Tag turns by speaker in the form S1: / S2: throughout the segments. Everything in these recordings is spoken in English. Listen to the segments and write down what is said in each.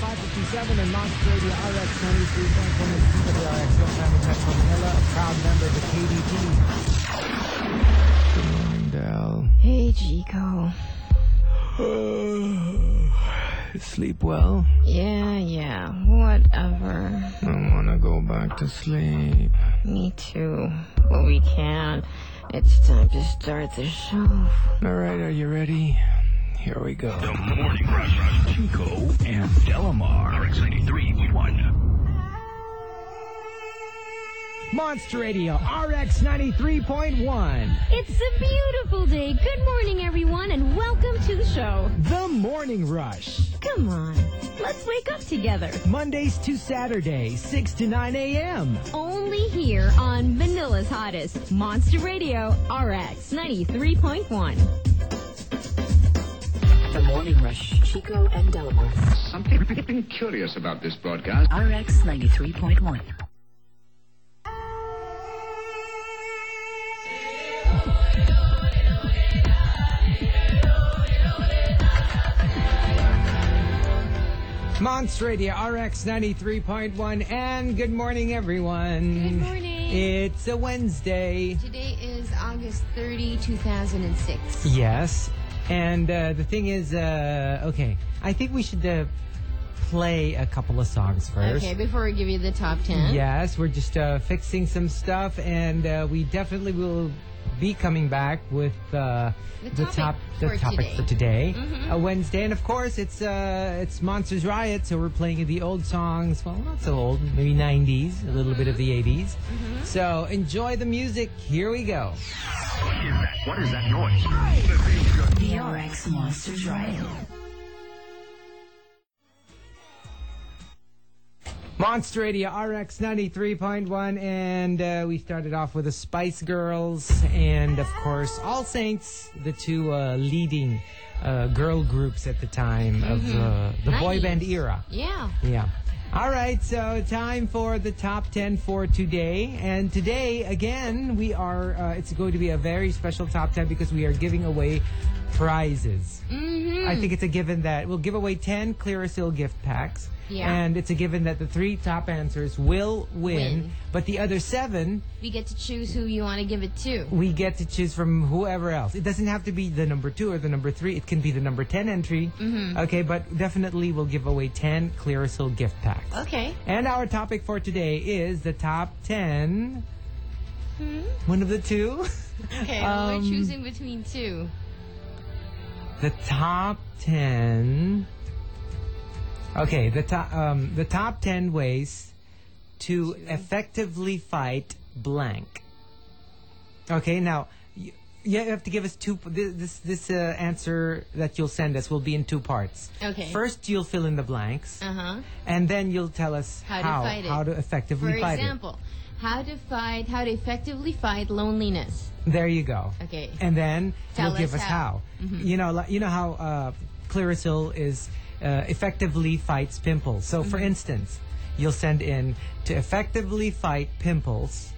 S1: 97 and Monster Radio RX 93, San Antonio, PWRX, Los Angeles, Manila, a proud member of the KDP. Good morning, Dal.
S2: Hey, Chico.
S1: Sleep well?
S2: Yeah, yeah, whatever.
S1: I wanna go back to sleep.
S2: Me too. But we can't. It's time to start the show.
S1: Alright, are you ready? Here we go.
S3: The Morning Rush. Chico and Delamar. RX 93.1.
S1: Monster Radio RX 93.1.
S4: It's a beautiful day. Good morning, everyone, and welcome to the show.
S1: The Morning Rush.
S4: Come on, let's wake up together.
S1: Mondays to Saturdays, 6 to 9 a.m.
S4: Only here on Manila's hottest, Monster Radio RX 93.1.
S5: The Morning Rush, Chico and Delamar.
S6: Something curious about this broadcast.
S5: RX 93.1.
S1: Monster Radio RX 93.1. And good morning, everyone.
S7: Good morning.
S1: It's a Wednesday.
S7: Today is August 30, 2006.
S1: Yes. And uh, the thing is, uh, okay, I think we should uh, play a couple of songs first.
S7: Okay, before we give you the top 10.
S1: Yes, we're just uh, fixing some stuff, and uh, we definitely will be coming back with uh,
S7: The topic
S1: top the
S7: for
S1: topic
S7: today. Mm-hmm.
S1: for today, uh, Wednesday, and of course it's uh, it's Monsters Riot, so we're playing the old songs. Well, not so old, maybe '90s, a little bit of the '80s.
S7: Mm-hmm.
S1: So enjoy the music. Here we go.
S3: What is that? What is that noise?
S5: The RX Monsters Riot.
S1: Monster Radio RX 93.1, and uh, we started off with the Spice Girls, and of course, All Saints, the two uh, leading uh, girl groups at the time of uh, the boy
S7: Nice.
S1: band era.
S7: Yeah.
S1: Yeah. All right, so time for the top 10 for today. And today, again, we are, uh, it's going to be a very special top 10 because we are giving away prizes. Mm-hmm. I think it's a given that we'll give away 10 Clear Seal gift packs.
S7: Yeah.
S1: And it's a given that the three top answers will win,
S7: Win.
S1: but the other seven,
S7: We get to choose who you want to give it to.
S1: we get to choose from whoever else. It doesn't have to be the number two or the number three. It can be the number 10 entry. Mm-hmm. Okay, but definitely we'll give away 10 Clear Seal gift packs.
S7: Okay.
S1: And our topic for today is the top 10.
S7: Hmm?
S1: One of the two?
S7: Okay, well,
S1: Um,
S7: we're choosing between two.
S1: the top 10. Okay, the top um, the top 10 ways to effectively fight blank. Okay, now you, you have to give us two thi- this this uh, answer that you'll send us will be in two parts.
S7: Okay.
S1: First you'll fill in the blanks
S7: Uh huh.
S1: and then you'll tell us
S7: How to
S1: how
S7: fight it.
S1: how to effectively
S7: For
S1: fight
S7: example, how to fight, how to effectively fight loneliness.
S1: it. There you go.
S7: Okay.
S1: and then
S7: Tell
S1: you'll give us
S7: us
S1: how.
S7: how. Mm-hmm.
S1: You know, like- you know how uh, Clarisil is uh, effectively fights pimples. So,
S7: Mm-hmm.
S1: for instance, you'll send in to effectively fight pimples.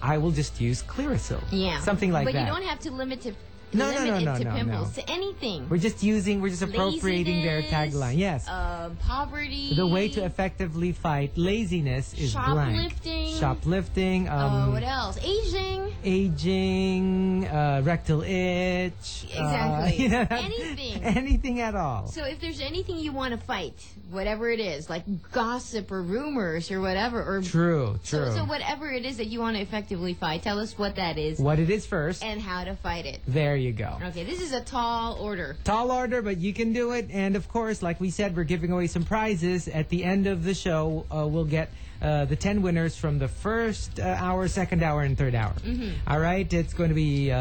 S1: I will just use Clarisil.
S7: yeah.
S1: something like
S7: but you
S1: that.
S7: don't have to limit it.
S1: No, no,
S7: limit
S1: no,
S7: it
S1: no,
S7: to
S1: no,
S7: pimples,
S1: no.
S7: to anything.
S1: We're just using. We're just appropriating their
S7: Laziness,
S1: tagline. Yes.
S7: Uh, poverty.
S1: the way to effectively fight laziness is
S7: Shoplifting.
S1: blank. Shoplifting.
S7: Uh,
S1: Um,
S7: what else? Aging.
S1: aging, uh, rectal itch. uh,
S7: Exactly.
S1: you know,
S7: Anything.
S1: Anything at all.
S7: So if there's anything you want to fight, whatever it is, like gossip or rumors or whatever, or
S1: True, true.
S7: So, so whatever it is that you want to effectively fight, tell us what that is
S1: what it is first.
S7: and how to fight it.
S1: There you go.
S7: Okay, this is a tall order.
S1: Tall order, but you can do it. And of course, like we said, we're giving away some prizes. At the end of the show, uh, we'll get uh, the 10 winners from the first uh, hour, second hour, and third hour.
S7: Mm-hmm.
S1: All right, it's going to be uh,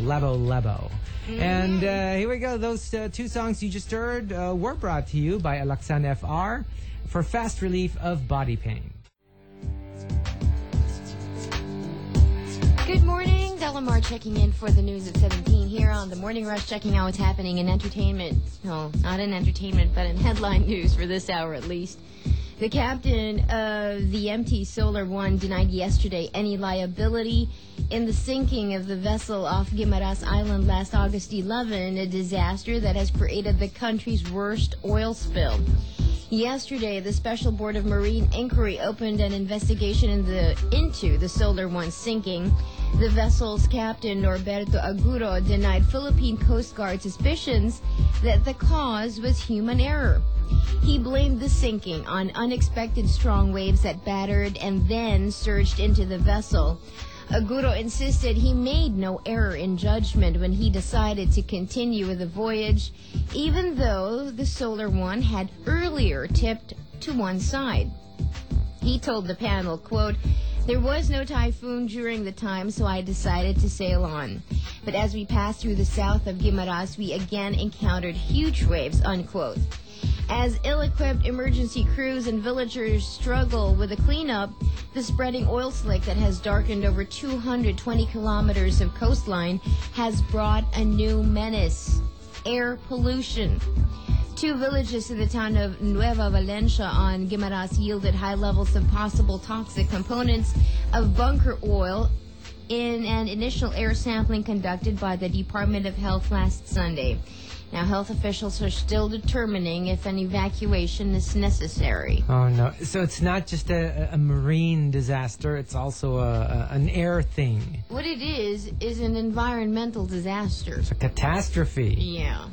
S1: Labo Labo.
S7: Mm-hmm.
S1: And uh, here we go. Those uh, two songs you just heard uh, were brought to you by Alexan FR for fast relief of body pain.
S7: Good morning, Delamar checking in for the news at 17 here on the Morning Rush, checking out what's happening in entertainment. No, not in entertainment, but in headline news for this hour at least. The captain of the MT Solar One denied yesterday any liability in the sinking of the vessel off Guimaras Island last August 11, a disaster that has created the country's worst oil spill. Yesterday, the Special Board of Marine Inquiry opened an investigation in the, into the Solar One sinking. The vessel's captain, Norberto Aguro, denied Philippine Coast Guard suspicions that the cause was human error. He blamed the sinking on unexpected strong waves that battered and then surged into the vessel. Aguro insisted he made no error in judgment when he decided to continue with the voyage, even though the Solar One had earlier tipped to one side. He told the panel, quote, there was no typhoon during the time, so I decided to sail on. But as we passed through the south of Guimaras, we again encountered huge waves, unquote. As ill-equipped emergency crews and villagers struggle with the cleanup, the spreading oil slick that has darkened over 220 kilometers of coastline has brought a new menace, air pollution. Two villages in the town of Nueva Valencia on Guimaras yielded high levels of possible toxic components of bunker oil in an initial air sampling conducted by the Department of Health last Sunday. Now, health officials are still determining if an evacuation is necessary.
S1: Oh no! So it's not just a, a marine disaster; it's also a, a, an air thing,
S7: What it is, is an environmental disaster.
S1: a catastrophe.
S7: Yeah.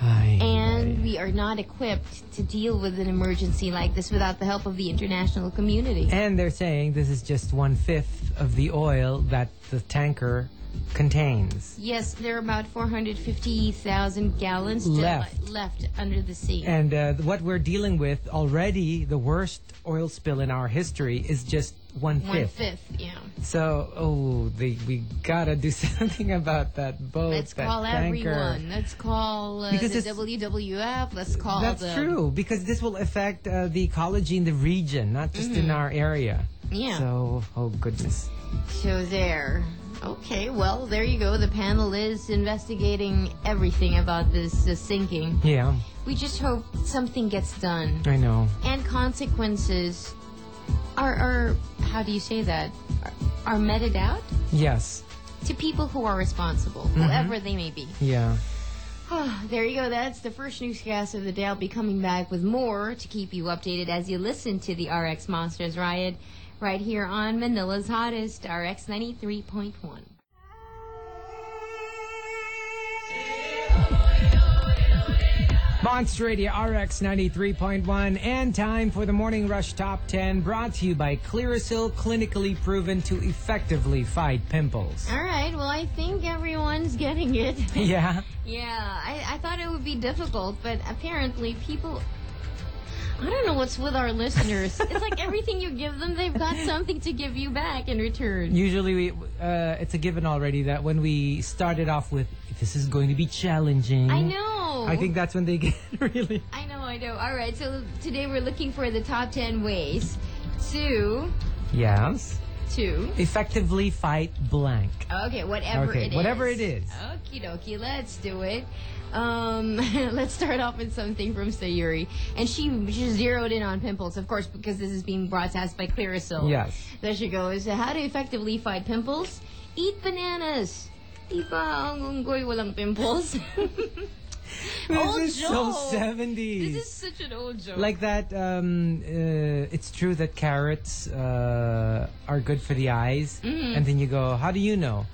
S1: Ay,
S7: And
S1: ay.
S7: we are not equipped to deal with an emergency like this without the help of the international community.
S1: and they're saying this is just one fifth of the oil that the tanker contains,
S7: Yes, there are about 450,000 gallons still
S1: Left.
S7: le- left under the sea.
S1: and uh, what we're dealing with already, the worst oil spill in our history, is just one
S7: One
S1: fifth.
S7: fifth, yeah.
S1: So, oh, they, we gotta do something about that boat.
S7: Let's
S1: that
S7: call
S1: tanker.
S7: everyone. Let's call uh,
S1: Because
S7: the
S1: it's-
S7: WWF. Let's call
S1: That's
S7: the
S1: true because this will affect uh, the ecology in the region, not just in our area.
S7: Mm-hmm. Yeah.
S1: So, oh goodness.
S7: So there. Okay, well, there you go. The panel is investigating everything about this uh, sinking.
S1: Yeah,
S7: We just hope something gets done.
S1: I know.
S7: And consequences are, are how do you say that? Are, are meted out
S1: Yes.
S7: to people who are responsible,
S1: Mm-hmm.
S7: whoever they may be.
S1: Yeah.
S7: there you go. That's the first newscast of the day. I'll be coming back with more to keep you updated as you listen to the RX Monsters Riot right here on Manila's Hottest, RX 93.1.
S1: Monster Radio RX 93.1 and time for the Morning Rush Top 10 brought to you by Clearasil, clinically proven to effectively fight pimples.
S7: All right. Well, I think everyone's getting it.
S1: Yeah.
S7: yeah. I, I thought it would be difficult, but apparently people. I don't know what's with our listeners. it's like everything you give them, they've got something to give you back in return.
S1: Usually, we, uh, it's a given already that when we started off with, this is going to be challenging.
S7: I know.
S1: I think that's when they get really.
S7: I know, I know. All right, so today we're looking for the top 10 ways to
S1: Yes.
S7: to
S1: Effectively fight blank.
S7: okay, whatever Oh,
S1: Okay,
S7: it is.
S1: whatever it is.
S7: Okie dokie, let's do it. Um, let's start off with something from Sayuri, and she just zeroed in on pimples, of course, because this is being broadcast by Clearasil.
S1: Yes.
S7: There she goes. How to effectively fight pimples? Eat bananas. Di ba ang unggoy walang pimples?
S1: This
S7: Old
S1: is so
S7: joke.
S1: 70s.
S7: Oh, this is such an old joke.
S1: like that, um, uh, it's true that carrots uh, are good for the eyes.
S7: Mm-hmm.
S1: And then you go, how do you know?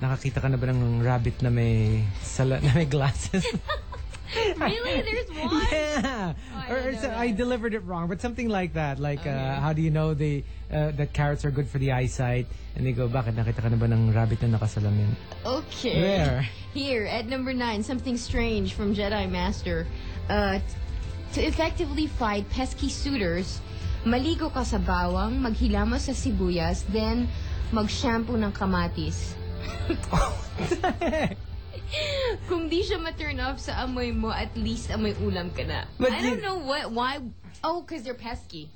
S1: Nakakita ka na ba ng rabbit na may, sala- na may glasses?
S7: really? There's one?
S1: yeah.
S7: I
S1: or
S7: didn't
S1: or
S7: know
S1: so-
S7: that. Oh,
S1: I delivered it wrong, but something like that. Like, uh, how do you know the, uh, that carrots are good for the eyesight? And they go, bakit nakita ka na ba ng rabbit na nakasalamin?
S7: Okay.
S1: Where?
S7: Here at number nine, something strange from Jedi Master. Uh, t- to effectively fight pesky suitors, maligo ka sa bawang, maghilamos sa sibuyas, then mag-shampoo ng kamatis.
S1: Oh,
S7: Kung di siya ma-turn off sa amoy mo, at least amoy ulam ka na.
S1: But
S7: I don't
S1: you-
S7: know what, why. Oh, because they're pesky.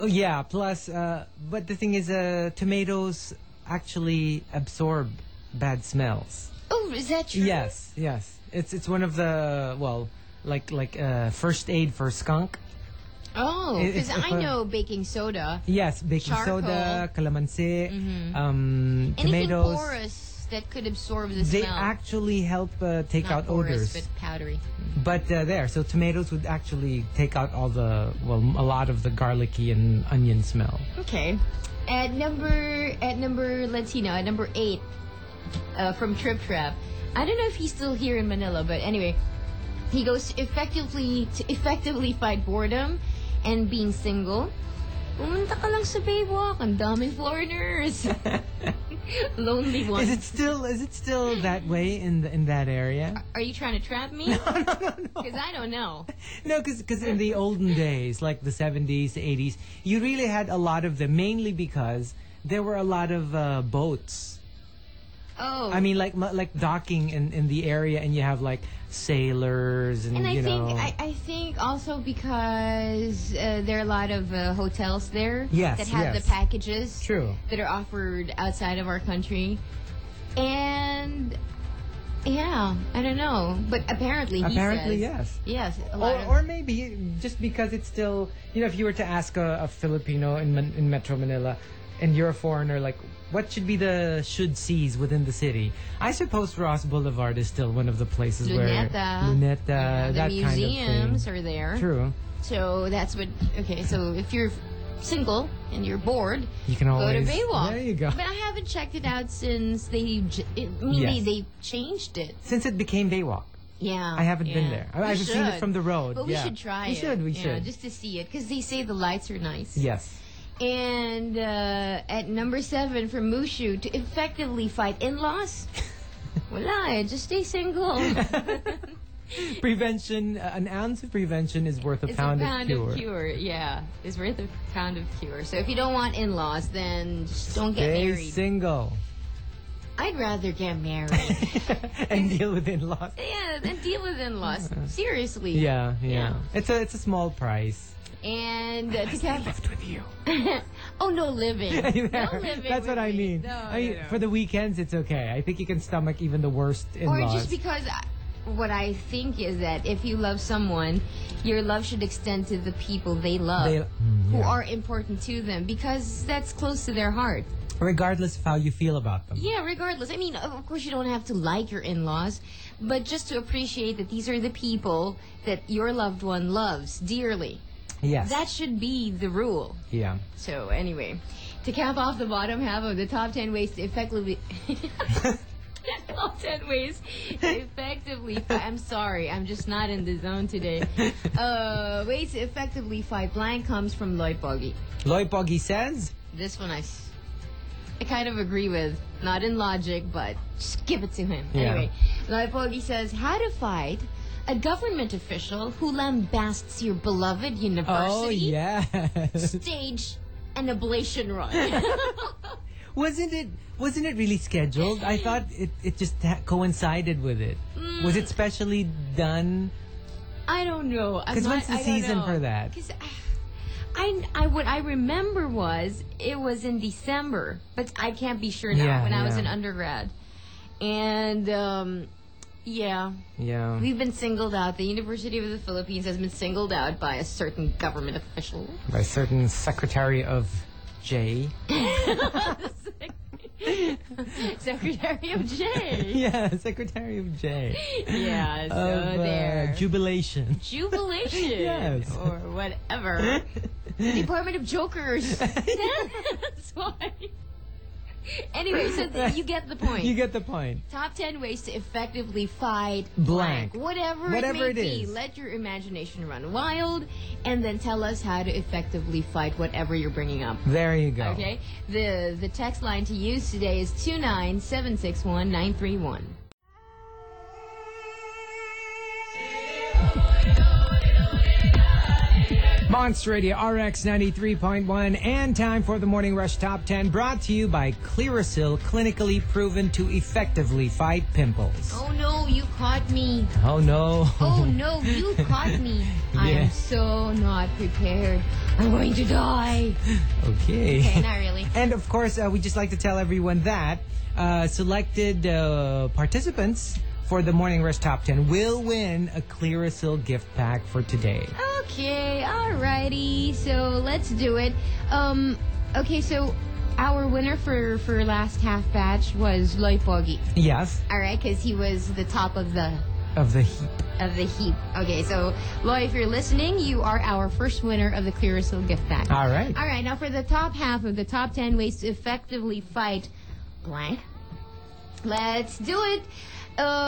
S1: Oh, yeah, plus, uh, but the thing is, uh, tomatoes actually absorb bad smells.
S7: oh, is that true?
S1: Yes, yes. It's it's one of the well, like like uh, first aid for skunk.
S7: Oh, because
S1: It- it's-
S7: I know baking soda.
S1: Yes, baking
S7: Charcoal. Mm-hmm.
S1: soda, calamansi, um,
S7: Anything
S1: tomatoes.
S7: porous that could absorb the
S1: They
S7: smell.
S1: actually help uh, take
S7: Not
S1: out
S7: porous,
S1: odors.
S7: but powdery.
S1: But uh, there, so tomatoes would actually take out all the, well, a lot of the garlicky and onion smell.
S7: Okay. At number, at number, let's see now, at number eight, uh, from Trip Trap. I don't know if he's still here in Manila, but anyway, he goes to effectively to effectively fight boredom and being single. Pumunta ka lang sa Baywalk. Ang daming foreigners. Lonely one.
S1: Is it still is it still that way in the, in that area?
S7: Are you trying to trap me? No, no, no, no. Because I don't know.
S1: No, because in the olden days, like the 70s, 80s, you really had a lot of them, mainly because there were a lot of uh, boats.
S7: Oh.
S1: I mean, like mu- like docking in, in the area, and you have like sailors and,
S7: And I
S1: you
S7: think
S1: know.
S7: I, I think also because uh, there are a lot of uh, hotels there
S1: Yes,
S7: that have
S1: yes.
S7: the packages
S1: True.
S7: that are offered outside of our country, and yeah, I don't know, but apparently he
S1: Apparently,
S7: says-
S1: yes.
S7: yes, a lot
S1: Or,
S7: of-
S1: or maybe just because it's still, you know, if you were to ask a, a Filipino in, Man- in Metro Manila and you're a foreigner, like, what should be the should sees within the city? I suppose Ross Boulevard is still one of the places
S7: Luneta.
S1: where. Luneta.
S7: uh, the
S1: that kind of
S7: museums
S1: thing.
S7: are there.
S1: True.
S7: So that's what. Okay, so if you're single and you're bored,
S1: You can always.
S7: go to Baywalk.
S1: There you go.
S7: But I haven't checked it out since they. j- It, I mean,
S1: Yes.
S7: they, they changed it.
S1: Since it became Baywalk.
S7: Yeah,
S1: I haven't been
S7: yeah.
S1: there. I-
S7: We
S1: I've seen it
S7: should.
S1: from the road.
S7: But
S1: yeah.
S7: we should try
S1: We
S7: it.
S1: should, we
S7: Yeah,
S1: should.
S7: just to see it because they say the lights are nice.
S1: Yes.
S7: And uh, at number seven for Mushu to effectively fight in laws. Wala, eh, just stay single.
S1: Prevention, uh, an ounce of prevention is worth a,
S7: It's
S1: pound,
S7: a pound
S1: of cure.
S7: Yeah, it's worth a pound of cure. So if you don't want in-laws, then just don't get
S1: Stay
S7: married.
S1: single
S7: I'd rather get married.
S1: and deal with in-laws.
S7: yeah, and deal with in-laws. Seriously.
S1: Yeah, yeah.
S7: Yeah.
S1: It's a it's a small price.
S7: And uh, to cap- left with you. oh no, living. no living.
S1: That's
S7: with
S1: what I
S7: me.
S1: mean.
S7: No,
S1: I
S7: no,
S1: mean,
S7: no.
S1: for the weekends, it's okay. I think you can stomach even the worst in
S7: or
S1: laws.
S7: just because I, what I think is that if you love someone, your love should extend to the people they love,
S1: They- Mm,
S7: who
S1: yeah.
S7: are important to them, because that's close to their heart.
S1: Regardless of how you feel about them.
S7: Yeah, regardless. I mean, of course, you don't have to like your in laws, but just to appreciate that these are the people that your loved one loves dearly.
S1: Yes.
S7: That should be the rule.
S1: yeah.
S7: So, anyway, to cap off the bottom half of the top 10 ways to effectively. top 10 ways to effectively. fi- I'm sorry, I'm just not in the zone today. Uh, ways to effectively fight blind comes from Lloyd Boggy.
S1: Lloyd Poggy says,
S7: This one I, s- I kind of agree with. Not in logic, but just give it to him.
S1: Yeah.
S7: Anyway, Laipogi says, how to fight a government official who lambasts your beloved university,
S1: "Oh yes."
S7: stage, and ablation run.
S1: wasn't it wasn't it really scheduled? I thought it it just ha- coincided with it.
S7: Mm.
S1: Was it specially done?
S7: I don't know.
S1: 'Cause when's the season for that?
S7: Because I, I, what I remember was it was in December, but I can't be sure now.
S1: Yeah,
S7: when I was
S1: yeah.
S7: an undergrad, and um, yeah,
S1: Yeah.
S7: We've been singled out. The University of the Philippines has been singled out by a certain government official.
S1: By certain secretary of J.
S7: Secretary of J.
S1: Yeah, secretary of J.
S7: Yeah, so
S1: of, uh,
S7: there.
S1: jubilation.
S7: Jubilation.
S1: Yes.
S7: Or whatever. Department of Jokers. That's why. Anyway, so th- you get the point.
S1: You get the point.
S7: Top 10 ways to effectively fight
S1: Blank.
S7: Whatever,
S1: Whatever
S7: it may
S1: it
S7: be,
S1: is.
S7: let your imagination run wild and then tell us how to effectively fight whatever you're bringing up.
S1: There you go.
S7: Okay. The the text line to use today is two nine seven six one nine three one.
S1: Monster Radio RX 93.1 and time for the Morning Rush Top 10 brought to you by Clearasil, clinically proven to effectively fight pimples.
S7: Oh no, you caught me.
S1: Oh no.
S7: Oh no, you caught me. I am
S1: Yeah.
S7: so not prepared. I'm going to die.
S1: Okay.
S7: Okay, not really.
S1: And of course, uh, we just like to tell everyone that uh, selected uh, participants for the Morning Rush Top 10 will win a Clearasil gift pack for today.
S7: Okay, alrighty. So let's do it. Um okay, so
S4: Our winner for, for last half batch was Lloyd Bogey.
S1: Yes,
S4: All right, because he was the top of the
S1: of the heap.
S4: of the heap. Okay, so Lloyd, if you're listening, you are our first winner of the Clearasil gift bag.
S1: All right.
S4: All right, now for the top half of the top 10 ways to effectively fight blank. Let's do it.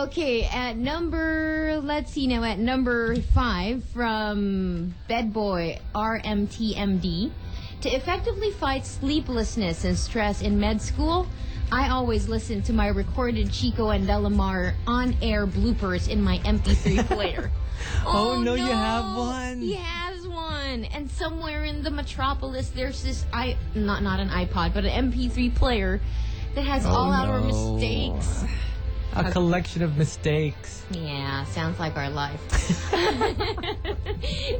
S4: Okay, at number, let's see now, at number five from Bedboy RMTMD. To effectively fight sleeplessness and stress in med school, I always listen to my recorded Chico and Delamar on air bloopers in my MP3 player.
S1: Oh, no, you have one.
S4: He has one, and somewhere in the metropolis, there's this i not not an iPod, but an MP3 player that has all our
S1: Oh, no.
S4: mistakes.
S1: A collection of mistakes.
S4: Yeah, sounds like our life.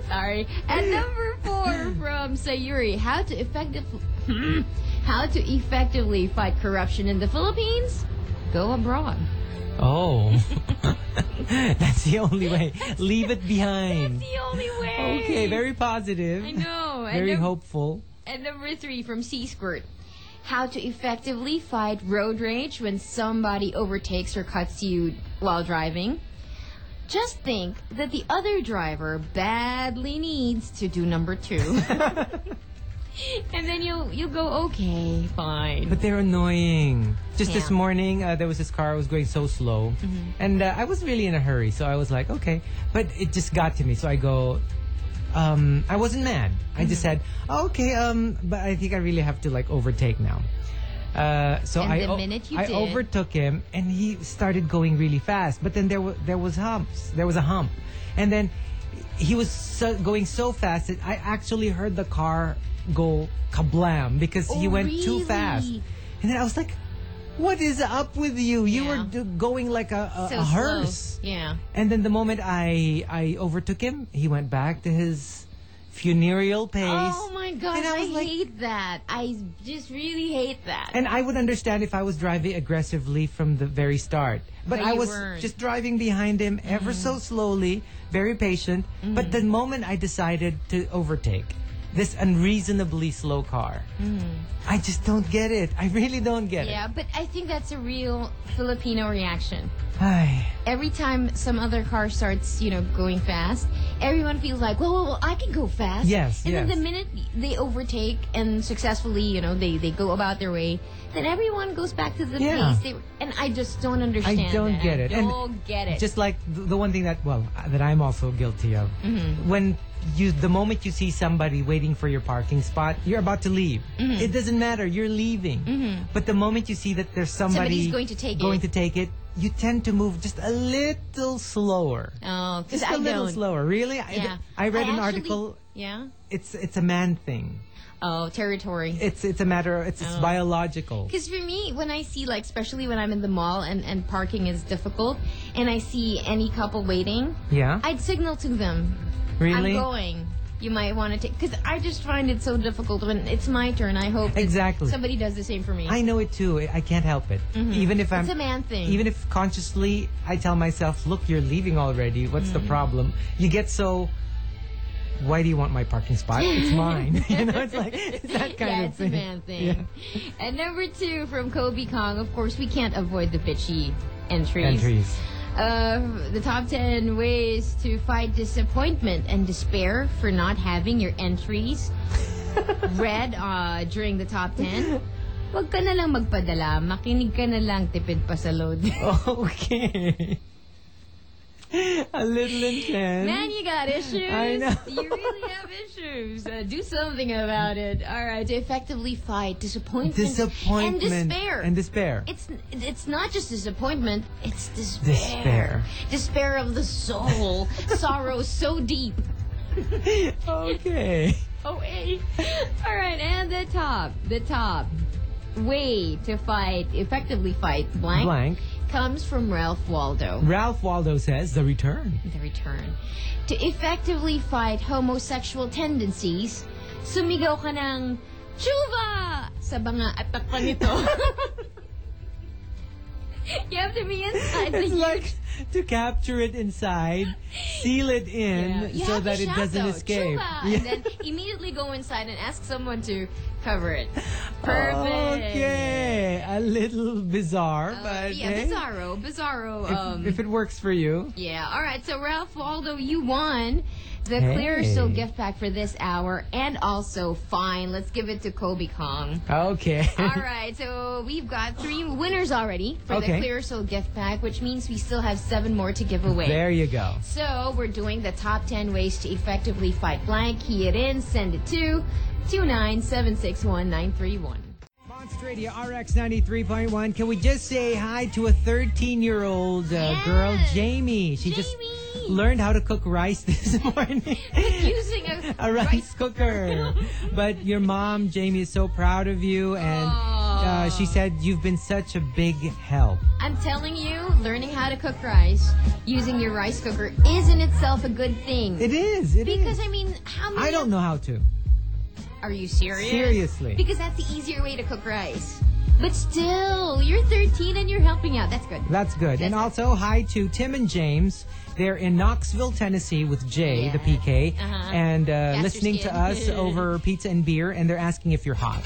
S4: Sorry. At number four from Sayuri, how to effectively how to effectively fight corruption in the Philippines? Go abroad.
S1: Oh, that's the only way. Leave it behind.
S4: The only way.
S1: Okay, very positive.
S4: I know. At
S1: Very
S4: num-
S1: hopeful.
S4: At number three from Sea Squirt. How to effectively fight road rage when somebody overtakes or cuts you while driving. Just think that the other driver badly needs to do number two. and then you'll you'll go, okay, fine.
S1: But they're annoying. Just this
S4: Yeah. Mm-hmm.
S1: morning, uh, there was this car. I was going so slow, and uh, I was really in a hurry, so I was like, okay. But it just got to me, so I go. Um, I wasn't mad. I just
S4: Mm-hmm.
S1: said, okay. Um, but I think I really have to like overtake now. Uh, so
S4: And
S1: I
S4: the
S1: o-
S4: minute you
S1: I
S4: did-
S1: overtook him, and he started going really fast. But then there was there was humps. There was a hump, and then he was so, going so fast that I actually heard the car go kablam because he
S4: Oh,
S1: went too fast.
S4: really?
S1: And then I was like, what is up with you? You were
S4: Yeah.
S1: d- going like a, a,
S4: So
S1: a
S4: slow.
S1: hearse.
S4: Yeah.
S1: And then the moment I, I overtook him, he went back to his funereal pace.
S4: Oh my gosh,
S1: And I
S4: I,
S1: was like-
S4: hate that. I just really hate that.
S1: and I would understand if I was driving aggressively from the very start. But,
S4: But
S1: I
S4: you
S1: was
S4: weren't. Mm-hmm.
S1: just driving behind him ever so slowly, very patient. But the moment I decided to overtake this unreasonably slow car,
S4: Mm-hmm.
S1: I just don't get it. I really don't get
S4: yeah, but I think that's a real Filipino reaction.
S1: it. Ay.
S4: every time some other car starts, you know, going fast, everyone feels like, well, well, well I can go fast.
S1: Yes,
S4: And
S1: yes.
S4: then the minute they overtake and successfully, you know, they, they go about their way, then everyone goes back to the
S1: Yeah.
S4: place they were. And I just don't understand.
S1: I don't
S4: that.
S1: get it.
S4: I
S1: And
S4: don't get it.
S1: Just like th- the one thing that well uh, that I'm also guilty of.
S4: Mm-hmm.
S1: When you the moment you see somebody waiting for your parking spot, you're about to leave.
S4: Mm-hmm.
S1: It doesn't matter, you're leaving. But the moment you see that there's somebody
S4: Somebody's going to take
S1: going to
S4: it.
S1: take it, you tend to move just a little slower.
S4: oh, because
S1: Just
S4: I
S1: a little
S4: don't.
S1: slower, really. I-
S4: Yeah.
S1: I, read an
S4: actually-
S1: article.
S4: Yeah.
S1: It's it's a man thing.
S4: Oh, territory.
S1: It's it's a matter. Of, it's,
S4: Oh.
S1: it's biological.
S4: Because for me, when I see, like, especially when I'm in the mall and, and parking is difficult, and I see any couple waiting,
S1: Yeah.
S4: I'd signal to them.
S1: really.
S4: I'm going. You might want to take because I just find it so difficult when it's my turn. I hope that
S1: Exactly.
S4: somebody does the same for me.
S1: I know it too. I I can't help it. Even if I'm
S4: Mm-hmm. it's a man thing.
S1: even if consciously I tell myself, "Look, you're leaving already. What's
S4: Mm.
S1: the problem?" You get so. Why do you want my parking spot? It's mine. you know, it's like it's that kind
S4: yeah,
S1: of
S4: it's
S1: thing.
S4: a man thing. And number two from Kobe Kong, of course, we can't avoid the bitchy entries.
S1: Entries.
S4: Of the top 10 ways to fight disappointment and despair for not having your entries read uh, during the top 10. Huwag ka na lang magpadala, makinig ka na lang, tipid pa sa load.
S1: Okay. a little intense.
S4: Man, you got issues.
S1: I know.
S4: You really have issues. Uh, do something about it. All right, to effectively fight disappointment,
S1: disappointment
S4: and despair.
S1: And despair.
S4: it's it's not just disappointment. It's despair.
S1: Despair.
S4: Despair of the soul. Sorrow so deep.
S1: okay.
S4: Oh wait. All right, and the top, the top way to fight effectively fight blank,
S1: Blank.
S4: comes from Ralph Waldo.
S1: Ralph Waldo says the return.
S4: the return. To effectively fight homosexual tendencies, sumigaw ka ng Chuva! sa mga atak pa nito.
S8: You have to be inside the
S1: It's
S8: huge
S1: like to capture it inside, seal it in
S4: You
S1: so
S4: have
S1: that
S4: to
S1: it
S4: shout,
S1: doesn't
S4: though,
S1: escape.
S4: Chupa,
S1: Yeah.
S4: And then immediately go inside and ask someone to cover it. Perfect. Uh,
S1: Okay, a little bizarre, but
S4: yeah,
S1: hey,
S4: bizarro, bizarro.
S1: If,
S4: um,
S1: if it works for you,
S4: Yeah. All right. So Ralph Waldo, you won the
S1: Hey.
S4: Clear Still gift pack for this hour, and also fine. Let's give it to Kobe Kong.
S1: okay.
S4: All right. So we've got three winners already for the
S1: Okay.
S4: Clear Still gift pack, which means we still have seven more to give away.
S1: There you go.
S4: So we're doing the top 10 ways to effectively fight blank. Key it in, send it to 2976191.
S1: Monster Radio RX 93.1. Can we just say hi to a 13 year old uh, girl, Jamie? She just
S4: Jamie!
S1: learned how to cook rice this morning.
S4: Using a,
S1: a rice cooker. but your mom, Jamie, is so proud of you, and uh, she said you've been such a big help.
S4: I'm telling you, learning how to cook rice using your rice cooker is in itself a good thing.
S1: It is. It is.
S4: because I mean, how many?
S1: I don't know how to.
S4: Are you serious?
S1: Seriously.
S4: Because that's the easier way to cook rice. But still, you're 13 and you're helping out. That's good.
S1: That's good. And
S4: That's-
S1: also, hi to Tim and James. They're in Knoxville, Tennessee with Jay,
S4: Yeah.
S1: the PK,
S4: Uh-huh.
S1: and uh,
S4: your
S1: listening to
S4: skin.
S1: us over pizza and beer, and they're asking if you're hot.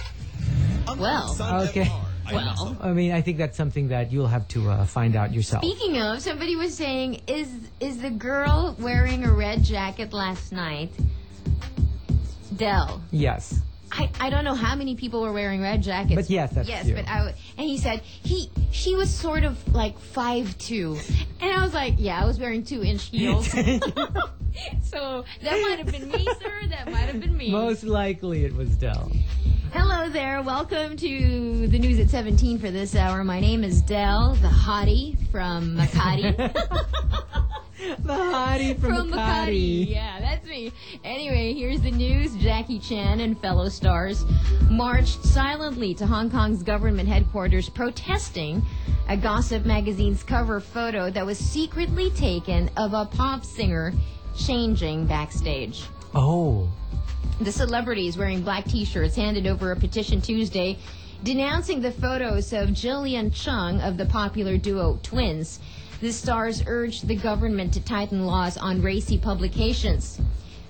S4: Well,
S1: Okay.
S4: well.
S1: I mean, I think that's something that you'll have to uh, find out yourself.
S4: Speaking of, somebody was saying, is is the girl wearing a red jacket last night? Dell.
S1: Yes.
S4: I, I don't know how many people were wearing red jackets.
S1: But yes, that's
S4: yes.
S1: you.
S4: But I w- and he said he she was sort of like five two, and I was like, yeah, I was wearing two inch heels. so that might have been me, sir. That might have been me.
S1: Most likely it was Dell.
S4: Hello there. Welcome to the news at 17 for this hour. My name is Dell, the hottie from Makati.
S1: The hottie from,
S4: from Makati.
S1: Makati.
S4: Yeah, that's me. Anyway, here's the news. Jackie Chan and fellow stars marched silently to Hong Kong's government headquarters protesting a gossip magazine's cover photo that was secretly taken of a pop singer changing backstage.
S1: Oh.
S4: The celebrities wearing black t shirts handed over a petition Tuesday denouncing the photos of Jillian Chung of the popular duo Twins. The stars urged the government to tighten laws on racy publications.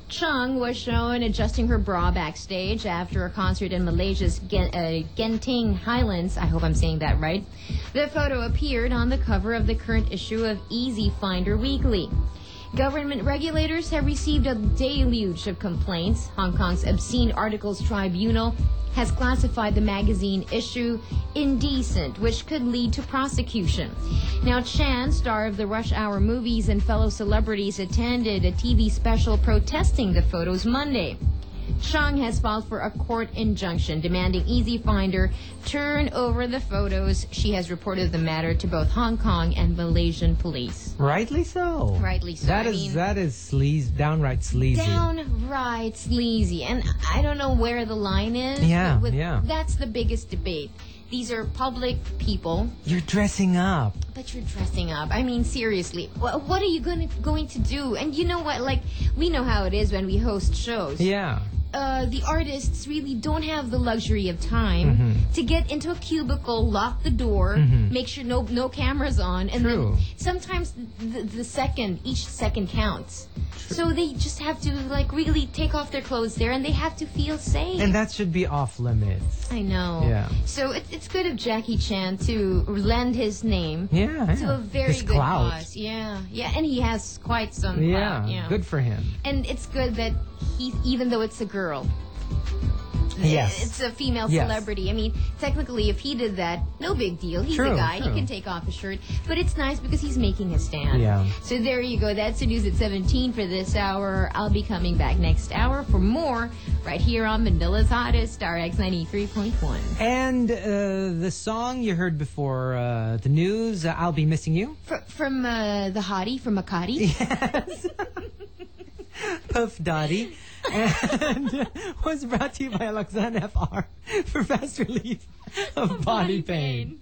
S4: Chung was shown adjusting her bra backstage after a concert in Malaysia's Gen- uh, Genting Highlands. I hope I'm saying that right. The photo appeared on the cover of the current issue of Easy Finder Weekly. Government regulators have received a deluge of complaints. Hong Kong's Obscene Articles Tribunal has classified the magazine issue indecent, which could lead to prosecution. Now, Chan, star of the Rush Hour movies, and fellow celebrities attended a TV special protesting the photos Monday. Chung has filed for a court injunction demanding Easy Finder turn over the photos. She has reported the matter to both Hong Kong and Malaysian police.
S1: Rightly so.
S4: Rightly so.
S1: That
S4: I
S1: is
S4: mean-
S1: that is sleaze, downright sleazy.
S4: downright sleazy. And I don't know where the line is.
S1: Yeah,
S4: but with-
S1: yeah.
S4: That's the biggest debate. These are public people,
S1: You're dressing up.
S4: but you're dressing up. I mean, seriously, wha- what are you gonna, going to do? And you know what? Like, we know how it is when we host shows.
S1: Yeah.
S4: Uh, the artists really don't have the luxury of time
S1: Mm-hmm.
S4: to get into a cubicle, lock the door, make sure no no cameras on, and
S1: True.
S4: then sometimes the, the second each second counts. So they just have to like really take off their clothes there, and they have to feel safe.
S1: And that should be off limits.
S4: I know.
S1: Yeah.
S4: So it's it's good of Jackie Chan to lend his name
S1: Yeah. yeah.
S4: to a very
S1: His
S4: good
S1: clout.
S4: cause. Yeah, yeah, and he has quite some.
S1: Yeah.
S4: clout, yeah.
S1: Good for him.
S4: And it's good that he, even though it's a girl,
S1: Yes.
S4: it's a female
S1: Yes.
S4: celebrity. I mean, technically, if he did that, no big deal. He's
S1: True,
S4: a guy;
S1: true.
S4: he can take off his shirt. But it's nice because he's making a stand.
S1: Yeah.
S4: So there you go. That's the news at 17 for this hour. I'll be coming back next hour for more right here on Manila's Hottest, RX 93.1.
S1: And uh, the song you heard before uh, the news, uh, I'll Be Missing You.
S4: Fr- from uh, the hottie from Makati.
S1: Puff Daddy, and was brought to you by Luxan FR for fast relief of body, pain.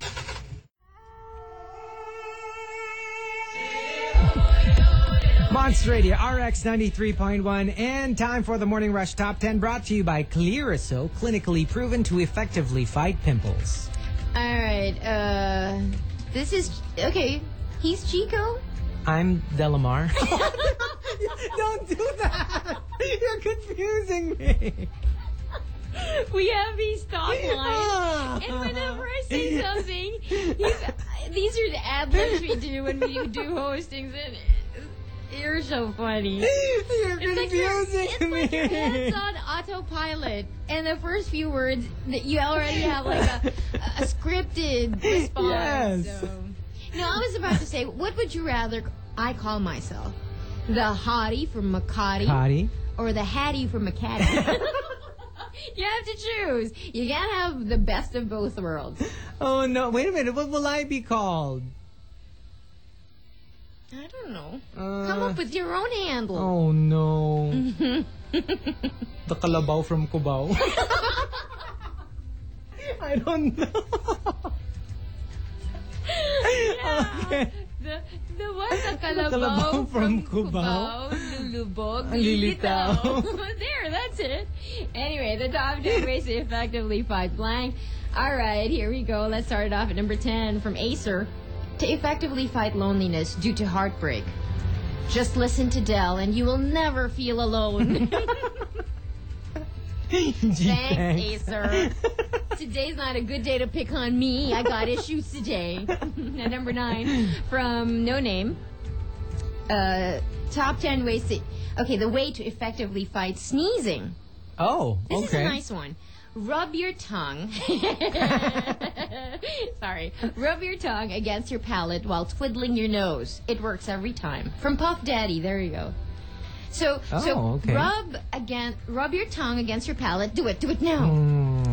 S1: Monster Radio RX 93.1 and time for the Morning Rush Top 10 brought to you by Clearasil, clinically proven to effectively fight pimples.
S4: All right. Uh,
S7: This is okay. He's Chico.
S1: I'm Delamar. Don't do that. You're confusing me.
S4: We have these talk lines.
S1: Ah.
S4: And whenever I say something, he's, these are the ad libs we do when we do hostings, and you're so funny.
S1: You're
S4: It's like you're- it's
S1: confusing
S4: like your
S1: me.
S4: hands on autopilot, and the first few words that you already have like a, a scripted response.
S1: Yes.
S4: So.
S7: No, I was about to say, what would you rather I call myself? The hottie from Makati
S1: Hottie.
S7: or the hattie from Macadam?
S4: You have to choose.
S7: you gotta have the best of both worlds.
S1: Oh no! Wait a minute. What will I be called?
S7: I don't know.
S1: Uh,
S7: Come up with your own handle.
S1: Oh no! the Kalabaw from Cubao. I don't know. Oh. Okay.
S4: The, the one sa
S1: Kalabaw
S4: Kalabaw
S1: from
S4: from
S1: Cubao.
S4: Cubao, Lulubog,
S1: Lilitaw.
S4: Lilitaw. there, that's it. Anyway, the top 10 ways to effectively fight blank. All right, here we go. Let's start it off at number 10 from Acer.
S7: To effectively fight loneliness due to heartbreak, just listen to Dell and you will never feel alone.
S1: Gee,
S7: Thanks, Acer. Today's not a good day to pick on me. I got issues today.
S4: At number 9 from No Name.
S7: Uh, top 10 ways to. Okay, the way to effectively fight sneezing.
S1: Oh,
S7: This is a
S1: okay.
S7: nice one. Rub your tongue. Sorry. Rub your tongue against your palate while twiddling your nose. It works every time. From Puff Daddy. There you go. So, so
S1: Oh, okay.
S7: rub again. Rub your tongue against your palate. Do it. Do it now.
S1: Mm.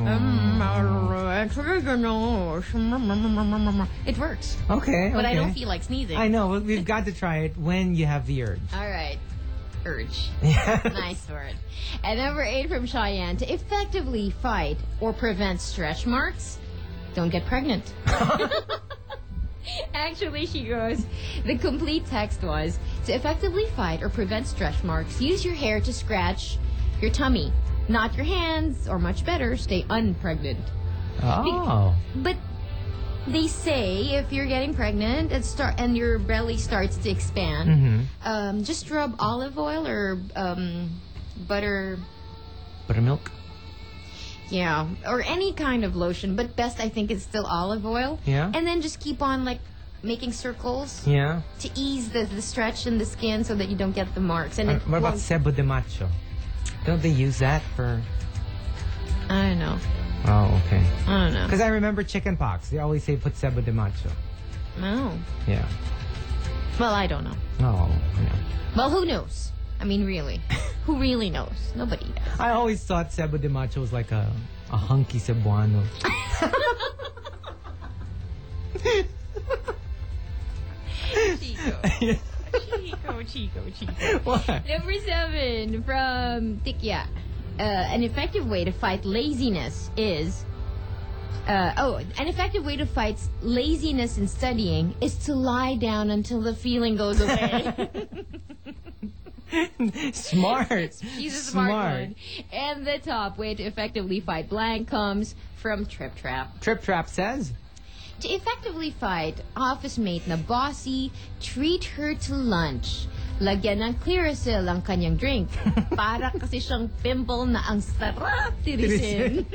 S7: Mm. It works.
S1: Okay,
S7: But I don't
S1: okay.
S7: feel like sneezing.
S1: I know. but We've got to try it when you have the urge.
S7: All right. Urge. nice word. And number eight from Cheyenne to effectively fight or prevent stretch marks, don't get pregnant.
S4: Actually, she goes,
S7: The complete text was to effectively fight or prevent stretch marks, use your hair to scratch your tummy, not your hands, or much better, stay unpregnant.
S1: Oh.
S7: But they say if you're getting pregnant and start and your belly starts to expand,
S1: Mm-hmm.
S7: um, just rub olive oil or um, butter.
S1: Buttermilk.
S7: Yeah, or any kind of lotion, but best I think is still olive oil.
S1: Yeah.
S7: And then just keep on like making circles
S1: Yeah.
S7: to ease the, the stretch in the skin so that you don't get the marks. And
S1: Uh,
S7: it
S1: What about
S7: won't-
S1: sebo de macho? Don't they use that for?
S7: I don't know.
S1: Oh, okay.
S7: I don't know.
S1: Because I remember chicken pox. They always say put sebo de macho.
S7: No.
S1: Yeah.
S7: Well, I don't know.
S1: Oh. Yeah.
S7: Well, who knows? I mean, really, who really knows? Nobody does.
S1: I always thought sebo de macho was like a a hunky Cebuano.
S4: Chico. Chico, Chico, Chico.
S1: what?
S4: Number seven from
S7: Tikya, uh, an effective way to fight laziness is. Uh, oh, an effective way to fight laziness in studying is to lie down until the feeling goes away.
S1: Smart.
S4: She's a smart, one. And the top way to effectively fight blank comes from Trip Trap.
S1: Trip Trap says.
S7: To effectively fight office mate na bossy, treat her to lunch. Lagyan ng Clearasil ang kanyang drink. Para kasi siyang pimple na ang sarap tirisin.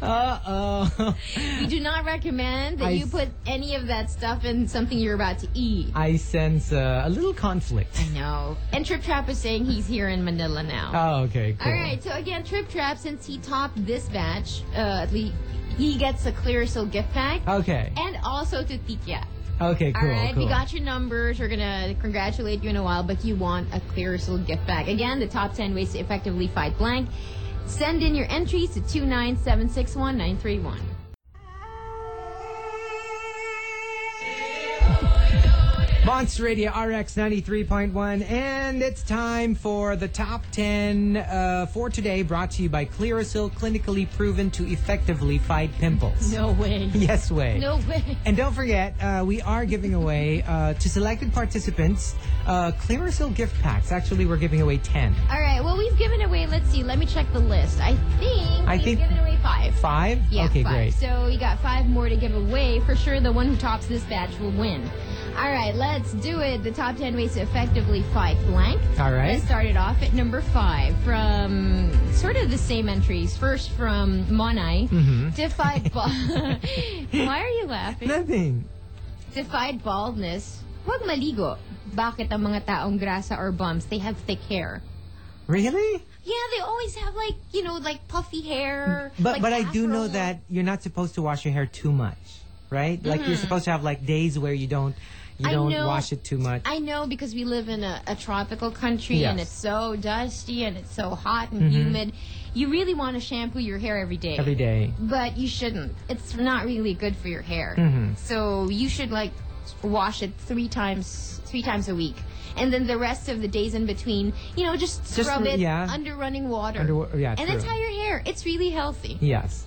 S1: Uh oh.
S7: We do not recommend that
S1: I
S7: you
S1: s-
S7: put any of that stuff in something you're about to eat.
S1: I sense uh, a little conflict.
S7: No. And Trip Trap is saying he's here in Manila now.
S1: Oh, okay. Cool.
S7: All right, so again, Trip Trap, since he topped this batch, uh, at least he gets a Clearasil gift pack.
S1: Okay.
S7: and also to Tikya.
S1: Okay.
S7: All
S1: Cool.
S7: right,
S1: cool.
S7: we got your numbers. We're gonna congratulate you in a while, but you want a clear sold gift bag. Again, the top ten ways to effectively fight blank. Send in your entries to two nine seven six one nine three one.
S1: Monster Radio RX 93.1, and it's time for the top 10 uh, for today, brought to you by Clearasil, clinically proven to effectively fight pimples.
S4: No way.
S1: Yes, way.
S4: No way.
S1: And don't forget, uh, we are giving away uh, to selected participants uh, Clearasil gift packs. Actually, we're giving away 10.
S4: All right. Well, we've given away. Let's see. Let me check the list. I think
S1: I
S4: we've
S1: think-
S4: given away five.
S1: Five?
S4: Yeah,
S1: okay,
S4: five.
S1: great.
S4: So you got five more to give away. For sure, the one who tops this batch will win. All right, let's do it. The top 10 ways to effectively fight blank.
S1: All right.
S4: Let's start it off at number five from sort of the same entries. First from Monai.
S1: Mm-hmm.
S4: Defied bal- Why are you laughing?
S1: Nothing.
S4: Defied baldness. Huwag maligo. Bakit ang mga taong grasa or bums, they have thick hair?
S1: Really?
S4: Yeah, they always have like, you know, like puffy hair.
S1: But
S4: like
S1: but I do know
S4: afro.
S1: that you're not supposed to wash your hair too much, right? Like you're supposed to have like days where you don't you
S4: Mm-hmm. I
S1: don't
S4: know-
S1: wash it too much.
S4: I know because we live in a, a tropical country and
S1: Yes. Mm-hmm.
S4: it's so dusty and it's so hot and humid. You really want to shampoo your hair every day.
S1: Every day.
S4: But you shouldn't. It's not really good for your hair.
S1: Mm-hmm.
S4: So you should like wash it three times three times a week. And then the rest of the days in between, you know, just
S1: Just
S4: scrub
S1: re-
S4: it
S1: yeah.
S4: under running water.
S1: Under wa- yeah,
S4: and that's
S1: true.
S4: how your hair. It's really healthy.
S1: Yes.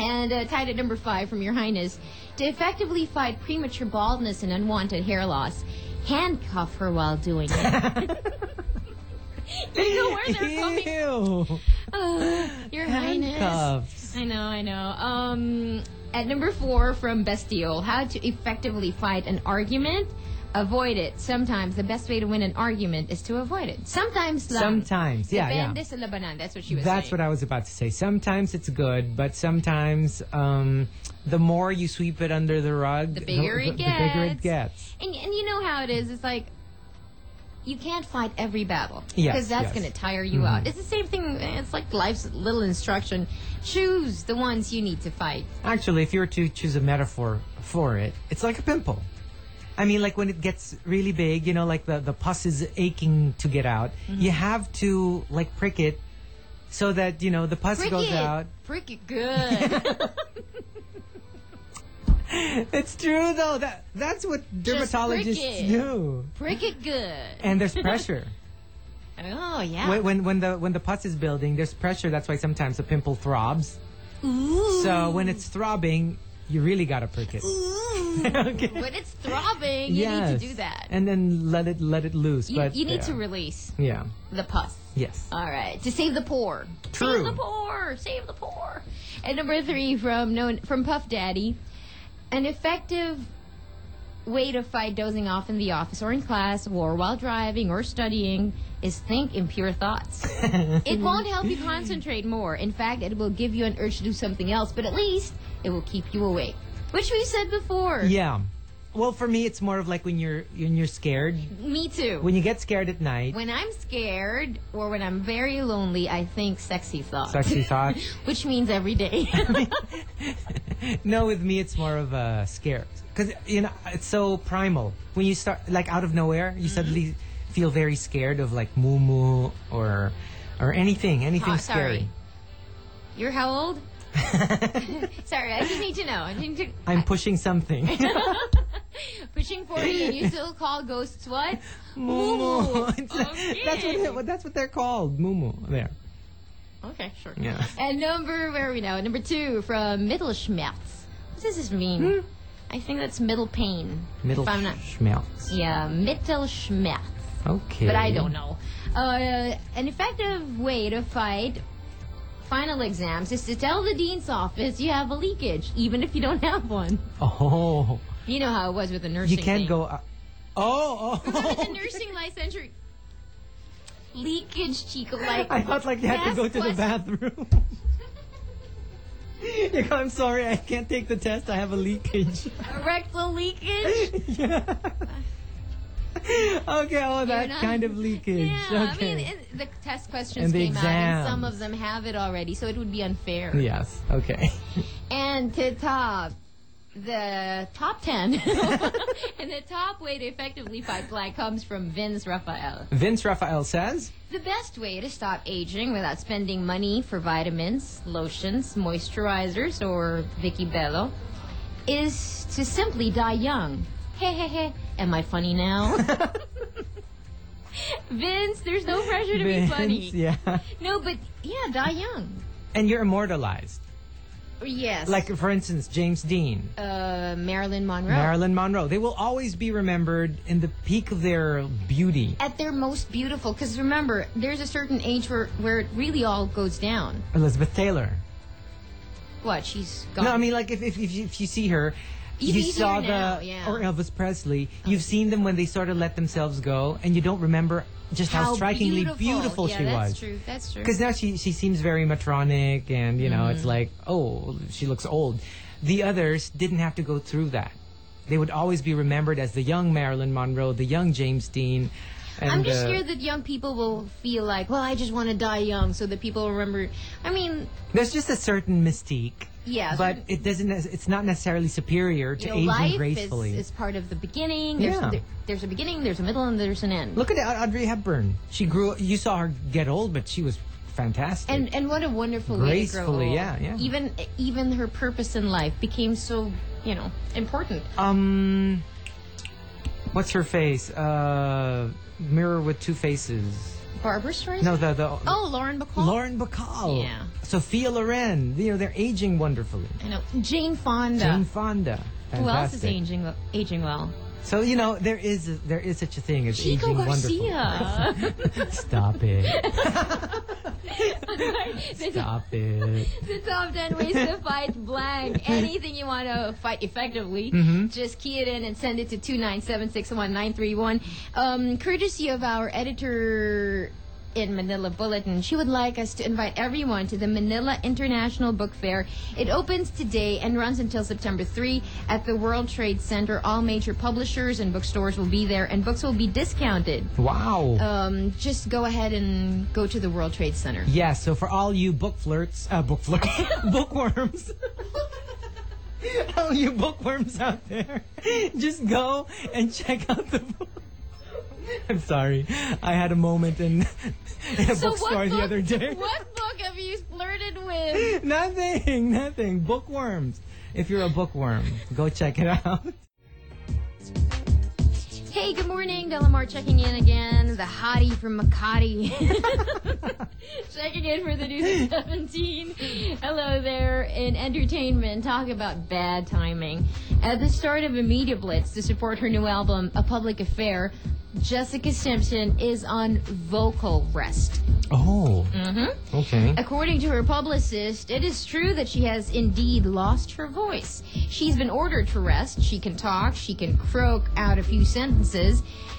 S4: And uh, tied at number five from Your Highness, to effectively fight premature baldness and unwanted hair loss, handcuff her while doing it. you know where they're coming.
S1: Ew.
S4: Ah, Your Highness.
S1: Handcuffs.
S4: I know, I know. Um, at number four from Bestial, how to effectively fight an argument. Avoid it. Sometimes the best way to win an argument is to avoid it. Sometimes. lang.
S1: Sometimes, yeah, yeah.
S4: Depende sa labanan. That's what she was
S1: That's
S4: saying.
S1: what I was about to say. Sometimes it's good, but sometimes um, the more you sweep it under the rug,
S4: The bigger it
S1: the bigger it gets.
S4: gets. And, and you know how it is. It's like you can't fight every battle because
S1: Yes,
S4: that's
S1: yes. Mm-hmm.
S4: going to tire you out. It's the same thing. It's like life's little instruction. Choose the ones you need to fight.
S1: Actually, if you were to choose a metaphor for it, it's like a pimple. I mean, like when it gets really big, you know, like the, the pus is aching to get out,
S4: Mm-hmm.
S1: you have to like prick it so that, you know, the pus
S4: Prick
S1: goes
S4: it,
S1: out.
S4: prick it good.
S1: It's true though. That that's what
S4: Just prick
S1: dermatologists
S4: it.
S1: do.
S4: prick it good.
S1: And there's pressure.
S4: Oh yeah.
S1: when, when when the when the pus is building, there's pressure. That's why sometimes the pimple throbs.
S4: Ooh.
S1: So when it's throbbing, you really gotta prick it. okay.
S4: when it's throbbing, you need
S1: Yes.
S4: to do that.
S1: And then let it let it loose.
S4: You,
S1: but
S4: you need
S1: yeah.
S4: to Uh, release
S1: Yeah.
S4: the pus.
S1: Yes.
S4: All right, to save the poor.
S1: True.
S4: Save the poor. Save the poor. And number three from known from Puff Daddy, an effective way to fight dozing off in the office or in class or while driving or studying is think impure thoughts. it won't help you concentrate more. In fact, it will give you an urge to do something else, but at least it will keep you awake. Which we said before.
S1: Yeah. Well, for me, it's more of like when you're when you're scared.
S4: Me too.
S1: When you get scared at night,
S4: when I'm scared or when I'm very lonely, I think sexy thoughts.
S1: sexy thought.
S4: Which means every day.
S1: no, with me, it's more of a scare because you know it's so primal. When you start like out of nowhere,
S4: Mm-hmm.
S1: you suddenly feel very scared of like moo moo or or anything, anything
S4: Oh,
S1: scary.
S4: sorry. You're how old? Sorry, I just need to know. I need to,
S1: I'm pushing something.
S4: pushing 40 and you still call ghosts what?
S1: Moo moo.
S4: Moo-moo.
S1: It's- That's what it- that's what they're called. Moo moo. There.
S4: Okay, sure.
S1: Yeah.
S4: And number, where are we now? Number two from Mittelschmerz. What does this mean? I think that's middle pain.
S1: Middle
S4: If I'm not,
S1: schmelz.
S4: yeah, Mittelschmerz.
S1: Okay.
S4: but I don't know. Uh, an effective way to fight final exams is to tell the dean's office you have a leakage, even if you don't have one.
S1: Oh.
S4: You know how it was with the nursing.
S1: You can't
S4: thing.
S1: go. Uh, oh.
S4: Remember
S1: oh.
S4: the nursing licensure leakage, Chico. Like
S1: I felt like you had to
S4: Ask
S1: go to the
S4: quest-
S1: bathroom. You go, I'm sorry, I can't take the test. I have a leakage.
S4: rectal leakage.
S1: yeah. Okay, oh, that
S4: not-
S1: kind of leakage.
S4: Yeah, I
S1: okay.
S4: mean it, the test questions
S1: And the
S4: came out, and
S1: exams.
S4: some of them have it already, so it would be unfair.
S1: yes, okay.
S4: And to top the top 10 and the top way to effectively fight black comes from Vince Raphael.
S1: Vince Raphael says,
S4: The best way to stop aging without spending money for vitamins, lotions, moisturizers, or Vicky Bello is to simply die young. Heh heh heh. Am I funny now? Vince, there's no pressure to be
S1: Vince,
S4: funny.
S1: Yeah.
S4: No, but yeah, die young.
S1: And you're immortalized.
S4: Yes.
S1: Like, for instance, James Dean,
S4: uh, Marilyn Monroe.
S1: Marilyn Monroe. They will always be remembered in the peak of their beauty.
S4: At their most beautiful, because remember, there's a certain age where, where it really all goes down.
S1: Elizabeth Taylor.
S4: What? She's gone.
S1: No, I mean, like, if, if, if, you, if you see her,
S4: You
S1: you
S4: see her
S1: saw the.
S4: now, yeah.
S1: Or Elvis Presley, you've seen them when they sort of let themselves go, and you don't remember just how, strikingly beautiful,
S4: yeah,
S1: she
S4: that's
S1: was.
S4: true. That's true.
S1: Because now she, she seems very matronic, and, you know,
S4: Mm.
S1: it's like, oh, she looks old. The others didn't have to go through that. They would always be remembered as the young Marilyn Monroe, the young James Dean. And,
S4: I'm
S1: uh,
S4: just scared that young people will feel like, well, I just want to die young, so that people remember. I mean,
S1: There's just a certain mystique.
S4: Yeah,
S1: But
S4: certain-
S1: it doesn't. It's not necessarily superior to
S4: you know,
S1: aging
S4: life
S1: gracefully.
S4: Is, is part of the beginning. There's,
S1: Yeah.
S4: there- there's a beginning, there's a middle, and there's an end.
S1: Look at Audrey Hepburn. She grew. You saw her get old, but she was fantastic.
S4: and and what a wonderful way to grow
S1: Gracefully,
S4: old.
S1: yeah, yeah.
S4: Even even her purpose in life became so you know important.
S1: um, what's her face? Uh, Mirror with two faces.
S4: Barbara Streisand.
S1: No, the the.
S4: Oh, Lauren Bacall.
S1: Lauren Bacall.
S4: Yeah.
S1: Sophia Loren. You know they're aging wonderfully.
S4: I know Jane Fonda.
S1: Jane Fonda.
S4: Who else is
S1: Fantastic.
S4: aging well- aging well?
S1: So you know there is there is such a thing as
S4: Chico
S1: aging
S4: Garcia.
S1: wonderfully. Stop it.
S4: The top-
S1: Stop it.
S4: the top ten ways to fight blank. Anything you want to fight effectively, just key it in and send it to two nine seven six one nine three one. Um, courtesy of our editor in Manila Bulletin, she would like us to invite everyone to the Manila International Book Fair. It opens today and runs until September three at the World Trade Center. All major publishers and bookstores will be there, and books will be discounted.
S1: Wow.
S4: Um, just go ahead and go to the World Trade Center.
S1: Yes, so for all you book flirts, uh, book flirts, bookworms. all you bookworms out there, just go and check out the book. I'm sorry, I had a moment in, in a
S4: So what
S1: bookstore the
S4: book-
S1: other day.
S4: What book have you flirted with?
S1: Nothing, nothing. Bookworms. If you're a bookworm, go check it out.
S4: Hey, good morning. Delamar checking in again. The hottie from Makati. checking in for the news at 17. Hello there. In entertainment, talk about bad timing. At the start of a media blitz to support her new album, A Public Affair, Jessica Simpson is on vocal rest.
S1: Oh. Mm-hmm. Okay.
S4: According to her publicist, it is true that she has indeed lost her voice. She's been ordered to rest. She can talk, she can croak out a few sentences.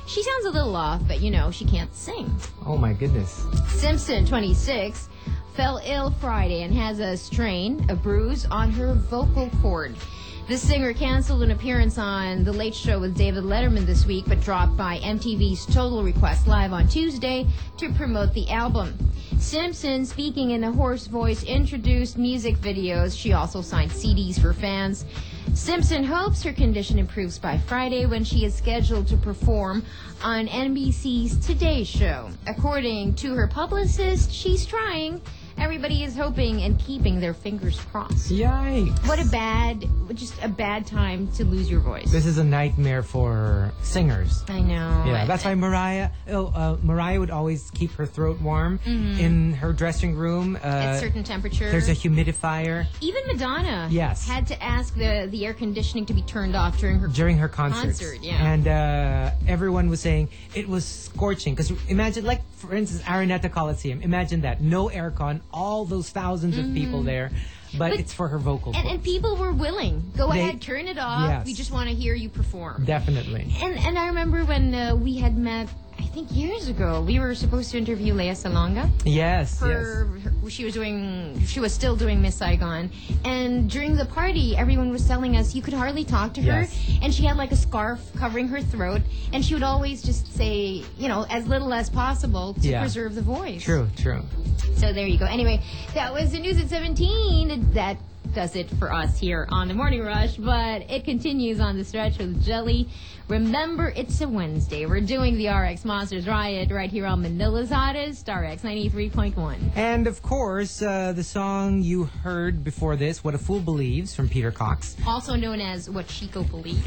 S4: She sounds a little off, but you know, she can't sing.
S1: Oh my goodness.
S4: Simpson, 26, fell ill Friday and has a strain, a bruise on her vocal cord. The singer canceled an appearance on The Late Show with David Letterman this week, but dropped by MTV's Total Request Live on Tuesday to promote the album. Simpson, speaking in a hoarse voice, introduced music videos. She also signed CDs for fans. Simpson hopes her condition improves by Friday when she is scheduled to perform on NBC's Today Show. According to her publicist, she's trying. Everybody is hoping and keeping their fingers crossed.
S1: Yikes.
S4: What a bad, just a bad time to lose your voice.
S1: This is a nightmare for singers.
S4: I know.
S1: Yeah, that's why Mariah. Oh, uh, Mariah would always keep her throat warm in her dressing room. Uh,
S4: Mm-hmm. At certain temperatures.
S1: there's a humidifier
S4: Even Madonna
S1: Yes.
S4: had to ask the, the air conditioning to be turned off during her.
S1: during her concerts.
S4: Concert, yeah.
S1: And uh, everyone was saying it was scorching because imagine, like for instance, Araneta Coliseum. Imagine that, no aircon, all those 1000s of people there, but, it's for her vocal.
S4: Mm-hmm. and, and people were willing. Go
S1: They-
S4: ahead, turn it off.
S1: Yes.
S4: We just want to hear you perform.
S1: Definitely.
S4: And and I remember when uh, we had met, I think years ago. We were supposed to interview Leia Salonga.
S1: Yes.
S4: Her, her- she was doing, she was still doing Miss Saigon. And during the party, everyone was telling us you could hardly talk to her,
S1: Yes.
S4: and she had like a scarf covering her throat, and she would always just say, you know, as little as possible to
S1: Yeah.
S4: preserve the voice.
S1: yes. True. True.
S4: So there you go. Anyway, that was the news at 17. That does it for us here on the Morning Rush, but it continues on the stretch with Jelly. Remember, it's a Wednesday. We're doing the RX Monsters Riot right here on Manila's Hottest, RX 93.1.
S1: And of course, uh, the song you heard before this, "What a Fool Believes" from Peter Cox.
S4: Also known as What Chico Believes.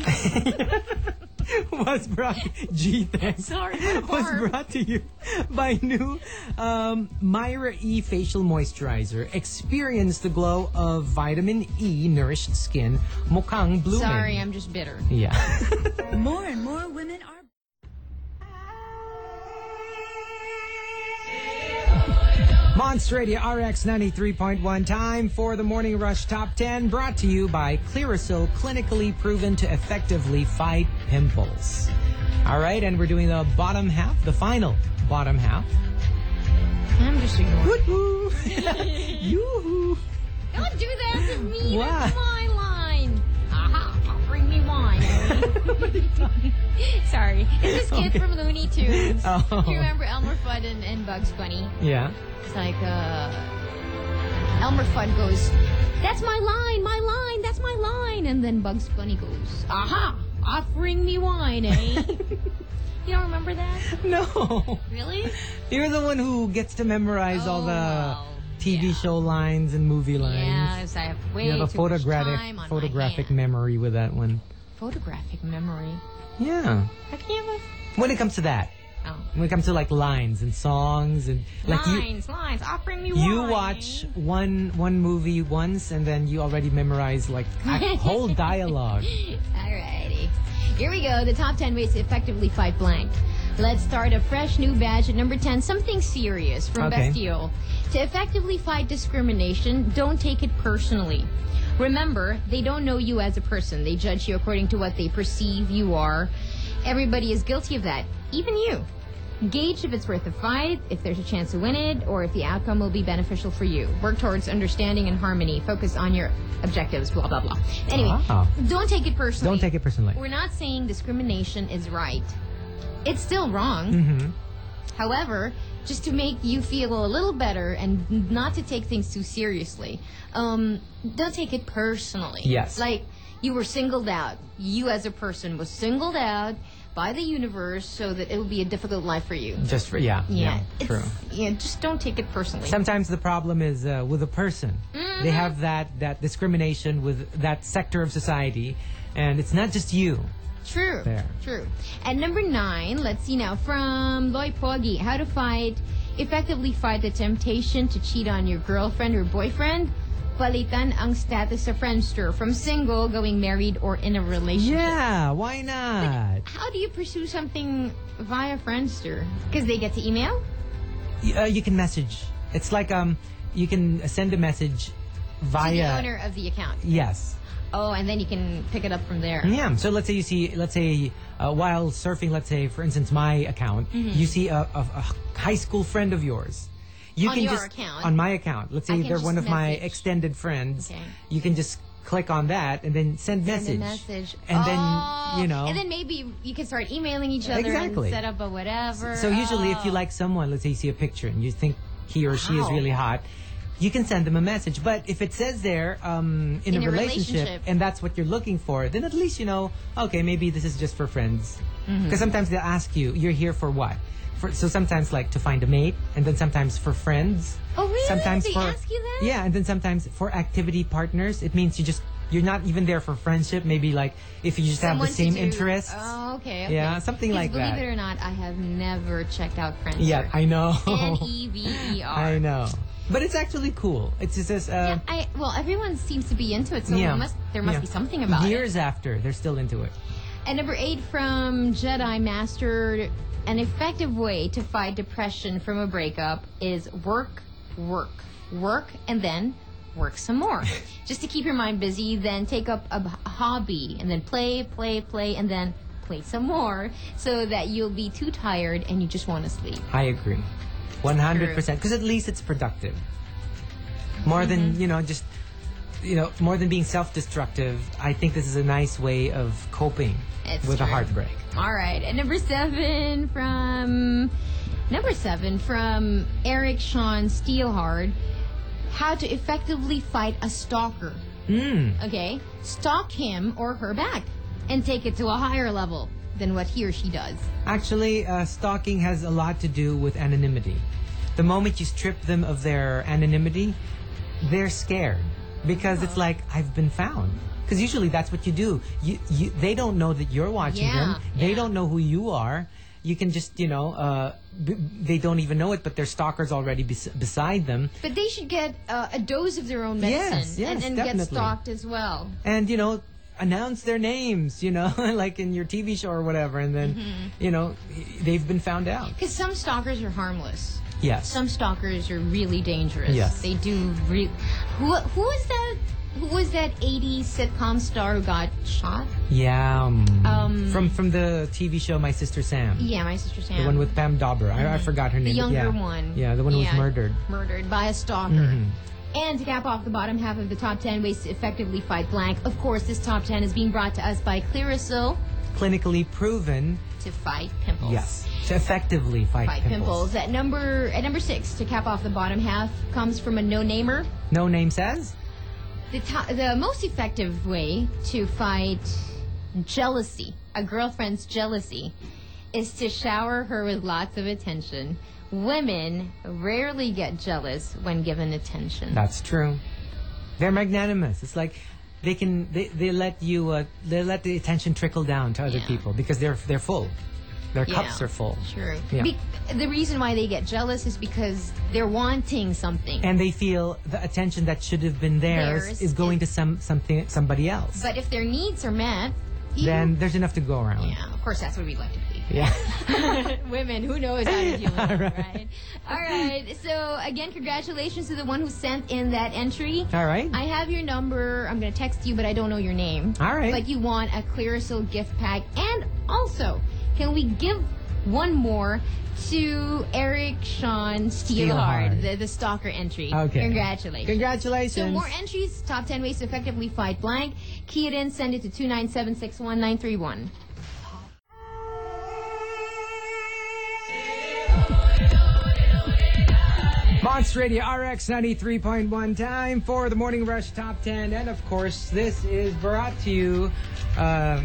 S1: was brought G thanks.
S4: Sorry for the
S1: was
S4: burp.
S1: brought to you by new um, Myra E facial moisturizer. Experience the glow of vitamin E nourished skin. Mukhang blooming.
S4: Sorry, I'm just bitter.
S1: Yeah.
S5: More and more women are.
S1: Monster Radio RX 93.1 time for the Morning Rush Top 10 brought to you by Clearasil clinically proven to effectively fight pimples. All right, and we're doing the bottom half, the final bottom half.
S4: I'm just ignoring.
S1: Woo-hoo. Yoo-hoo.
S4: Don't do that to me.
S1: Why?
S4: That's my line. Aha! Bring me wine. Sorry, it's this kid
S1: Okay.
S4: from Looney Tunes.
S1: Oh.
S4: Do you remember Elmer Fudd and, and Bugs Bunny?
S1: Yeah.
S4: It's like uh, Elmer Fudd goes, "That's my line, my line, that's my line," and then Bugs Bunny goes, "Aha! Offering me wine, eh?" you don't remember that?
S1: No.
S4: Really?
S1: You're the one who gets to memorize all
S4: Oh,
S1: the
S4: well,
S1: TV
S4: yeah.
S1: show lines and movie lines.
S4: Yes, I have way
S1: you have a
S4: too
S1: photographic
S4: much time on
S1: photographic
S4: my hand.
S1: memory with that one.
S4: photographic memory.
S1: Yeah.
S4: How can you have
S1: When it comes to that,
S4: a? Oh.
S1: when it comes to like lines and songs and like you
S4: lines, lines, offering me
S1: you
S4: wine.
S1: watch one one movie once and then you already memorize like a whole dialogue.
S4: Alrighty. Here we go. The top 10 ways to effectively fight blank. Let's start a fresh new batch at number 10, something serious from
S1: Okay.
S4: Bestiole. To effectively fight discrimination, don't take it personally. Remember, they don't know you as a person. They judge you according to what they perceive you are. Everybody is guilty of that, even you. Gauge if it's worth the fight, if there's a chance to win it, or if the outcome will be beneficial for you. Work towards understanding and harmony. Focus on your objectives, blah, blah, blah. Anyway,
S1: Wow.
S4: don't take it
S1: Uh-huh. Oh,
S4: personally.
S1: Don't take it personally.
S4: We're not saying discrimination is right. It's still wrong. However, just to make you feel a little better and not to take things too seriously, um, don't take it personally.
S1: Yes.
S4: Like, you were singled out. You, as a person, was singled out by the universe so that it would be a difficult life for you.
S1: Just for yeah.
S4: Yeah.
S1: Yeah. true.
S4: it's- Yeah, just don't take it personally.
S1: Sometimes the problem is uh, with a person.
S4: Mm-hmm.
S1: They have that that discrimination with that sector of society and it's not just you.
S4: True.
S1: There.
S4: True. At number nine, let's see now from Loy Poggi, how to fight effectively fight the temptation to cheat on your girlfriend or boyfriend. Palitan ang status sa friendster from single going married or in a relationship.
S1: Yeah, why not?
S4: How do you pursue something via friendster? Because they get to email.
S1: Y- uh, you can message. It's like um you can send a message
S4: To
S1: via
S4: the owner of the account.
S1: Yes.
S4: Oh, and then you can pick it up from there.
S1: Yeah. So let's say you see, let's say uh, while surfing, let's say for instance my account,
S4: Mm-hmm.
S1: you see a, a, a high school friend of yours. You
S4: On
S1: can
S4: your
S1: just
S4: account?
S1: on my account. Let's
S4: I
S1: say
S4: can
S1: they're
S4: just
S1: one of my
S4: message.
S1: extended friends.
S4: Okay.
S1: You can just click on that and then send message.
S4: Send a message.
S1: And
S4: Oh,
S1: then you know.
S4: And then maybe you can start emailing each other
S1: Exactly.
S4: and set up a whatever.
S1: so usually, if you
S4: Oh.
S1: like someone, let's say you see a picture and you think he or she is
S4: Wow.
S1: really hot. You can send them a message, but if it says there um, in,
S4: In a relationship.
S1: and that's what you're looking for, then at least you know, okay, maybe this is just for friends. Because
S4: Mm-hmm.
S1: sometimes they'll ask you, you're here for what? For, so sometimes like to find a mate, and then sometimes for friends.
S4: Oh, really?
S1: Sometimes
S4: They
S1: for
S4: ask you that?
S1: yeah, and then sometimes for activity partners, it means you just you're not even there for friendship. Maybe like if you just have
S4: Someone
S1: the
S4: to
S1: same
S4: do-
S1: interests.
S4: Oh, okay. okay.
S1: Yeah, something
S4: 'Cause
S1: like
S4: believe
S1: that.
S4: it or not, I have never checked out Friendster.
S1: Yeah, I know.
S4: N E V E R.
S1: I know. But it's actually cool. It's just this. Uh,
S4: Yeah, I well, everyone seems to be into it, so
S1: Yeah.
S4: there must there must
S1: Yeah.
S4: be something about
S1: Years after, they're still into it.
S4: it. And number eight from Jedi Master, an effective way to fight depression from a breakup is work, work, work, and then work some more, just to keep your mind busy. Then take up a b- hobby, and then play, play, play, and then play some more, so that you'll be too tired and you just want to sleep.
S1: I agree. 100%. Because at least it's productive. More
S4: Mm-hmm.
S1: than, you know, just, you know, more than being self destructive, I think this is a nice way of coping
S4: It's
S1: with a
S4: true.
S1: heartbreak.
S4: All right, and number seven from number seven from Eric Sean Steelhard. How to effectively fight a stalker?
S1: Hmm.
S4: Okay, stalk him or her back, and take it to a higher level than what he or she does.
S1: Actually, uh, stalking has a lot to do with anonymity. The moment you strip them of their anonymity, they're scared because it's like, I've been found. Because usually that's what you do. You, you, they don't know that you're watching them.
S4: Yeah,
S1: They
S4: yeah.
S1: don't know who you are. You can just, you know, uh, b- they don't even know it, but their stalker's already bes- beside them.
S4: But they should get uh, a dose of their own medicine
S1: Yes, yes,
S4: and, and
S1: definitely.
S4: get stalked as well.
S1: and you know announce their names you know like in your tv show or whatever and then
S4: Mm-hmm.
S1: you know they've been found out
S4: Because some stalkers are harmless.
S1: yes
S4: Some stalkers are really dangerous.
S1: Yes.
S4: They do re- Who who was that who was that 80s sitcom star who got shot?
S1: yeah um,
S4: Um,
S1: from from the tv show my sister sam
S4: Yeah, my sister Sam.
S1: the one with pam dauber I, I forgot her
S4: Mm-hmm. the
S1: name but
S4: younger
S1: yeah.
S4: one.
S1: yeah the one who was murdered
S4: Murdered by a stalker.
S1: Mm-hmm.
S4: And to cap off the bottom half of the top 10 ways to effectively fight blank, of course, this top 10 is being brought to us by Clarisil
S1: clinically proven
S4: to fight pimples.
S1: yes to effectively fight,
S4: Fight pimples. At number at number six, to cap off the bottom half, comes from a no-namer.
S1: no name says
S4: The to- the most effective way to fight jealousy, a girlfriend's jealousy, is to shower her with lots of attention. Women rarely get jealous when given attention.
S1: That's true. They're magnanimous. It's like they can they, they let you uh, they let the attention trickle down to other
S4: Yeah.
S1: people because they're they're full. Their
S4: Yeah.
S1: cups are full.
S4: Sure.
S1: Yeah.
S4: Be- the reason why they get jealous is because they're wanting something.
S1: And they feel the attention that should have been theirs,
S4: Theirs
S1: is going
S4: is-
S1: to some something somebody else.
S4: but if their needs are met, you-
S1: then there's enough to go around.
S4: yeah, of course that's what we like to see.
S1: Yeah.
S4: women, who knows how to deal with
S1: All
S4: them,
S1: right.
S4: right? All right. So again, congratulations to the one who sent in that entry.
S1: All right.
S4: I have your number. I'm gonna text you, but I don't know your name.
S1: All right.
S4: But you want a Clearasil gift pack, and also, can we give one more to Eric Sean Steelhard,
S1: Steelhard.
S4: the, the stalker entry?
S1: Okay.
S4: Congratulations.
S1: Congratulations.
S4: So more entries, top 10 ways to effectively fight blank. Key it in, send it to 297-61931.
S1: Monster Radio RX 93.1 time for the Morning Rush Top 10. And of course, this is brought to you, uh,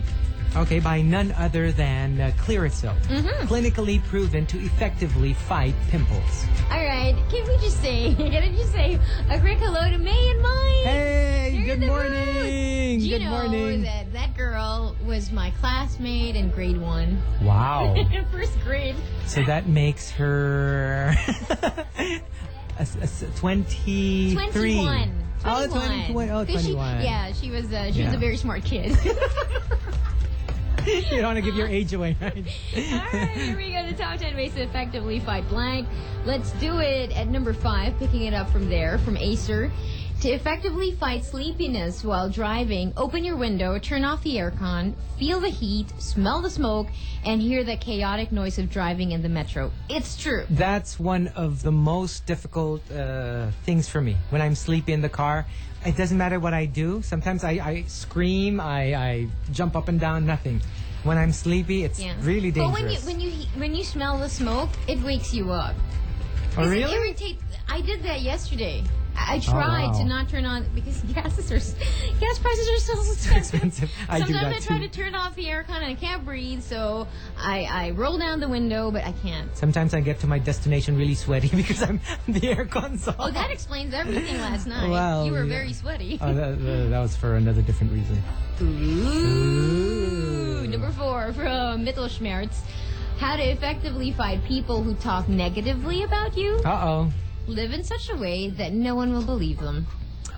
S1: okay, by none other than uh, Clearasil.
S4: Mm-hmm.
S1: Clinically proven to effectively fight pimples.
S4: All right, can we just say, can I just say a quick hello to May and Mike?
S1: Hey,
S4: They're in
S1: good
S4: the
S1: morning.
S4: house. Do you
S1: Good
S4: know
S1: morning.
S4: That, that girl was my classmate in grade one,
S1: Wow.
S4: in first grade.
S1: so that makes her. a- a- a- 23.
S4: 21.
S1: Oh, 21. Oh,
S4: 'Cause she-
S1: 21.
S4: yeah, she was, uh, she was
S1: Yeah.
S4: a very smart kid.
S1: you don't want to give your age away, right?
S4: All right, here we go. The top 10 ways to effectively fight blank. Let's do it at number five, picking it up from there, from Acer. To effectively fight sleepiness while driving, open your window, turn off the aircon, feel the heat, smell the smoke, and hear the chaotic noise of driving in the metro. It's true.
S1: That's one of the most difficult uh, things for me. When I'm sleepy in the car, it doesn't matter what I do. Sometimes I, I scream, I, I jump up and down, nothing. When I'm sleepy, it's
S4: Yeah.
S1: really dangerous.
S4: But when you when you he- when you smell the smoke, it wakes you up.
S1: oh,
S4: Because
S1: really? Oh,
S4: It irritates. I did that yesterday. I I tried
S1: wow.
S4: to not turn on because gases are s- gas prices are so expensive.
S1: expensive. I do
S4: Sometimes
S1: that
S4: I try
S1: too.
S4: to turn off the aircon and I can't breathe, so I, I roll down the window, but I can't.
S1: Sometimes I get to my destination really sweaty because I'm the aircon's off.
S4: Oh, that explains everything last night.
S1: Well,
S4: you were
S1: yeah.
S4: very sweaty.
S1: Oh, that, that- that was for another different reason.
S4: Ooh, Number four from Mittelschmerz. How to effectively fight people who talk negatively about you.
S1: Uh oh.
S4: Live in such a way that no one will believe them.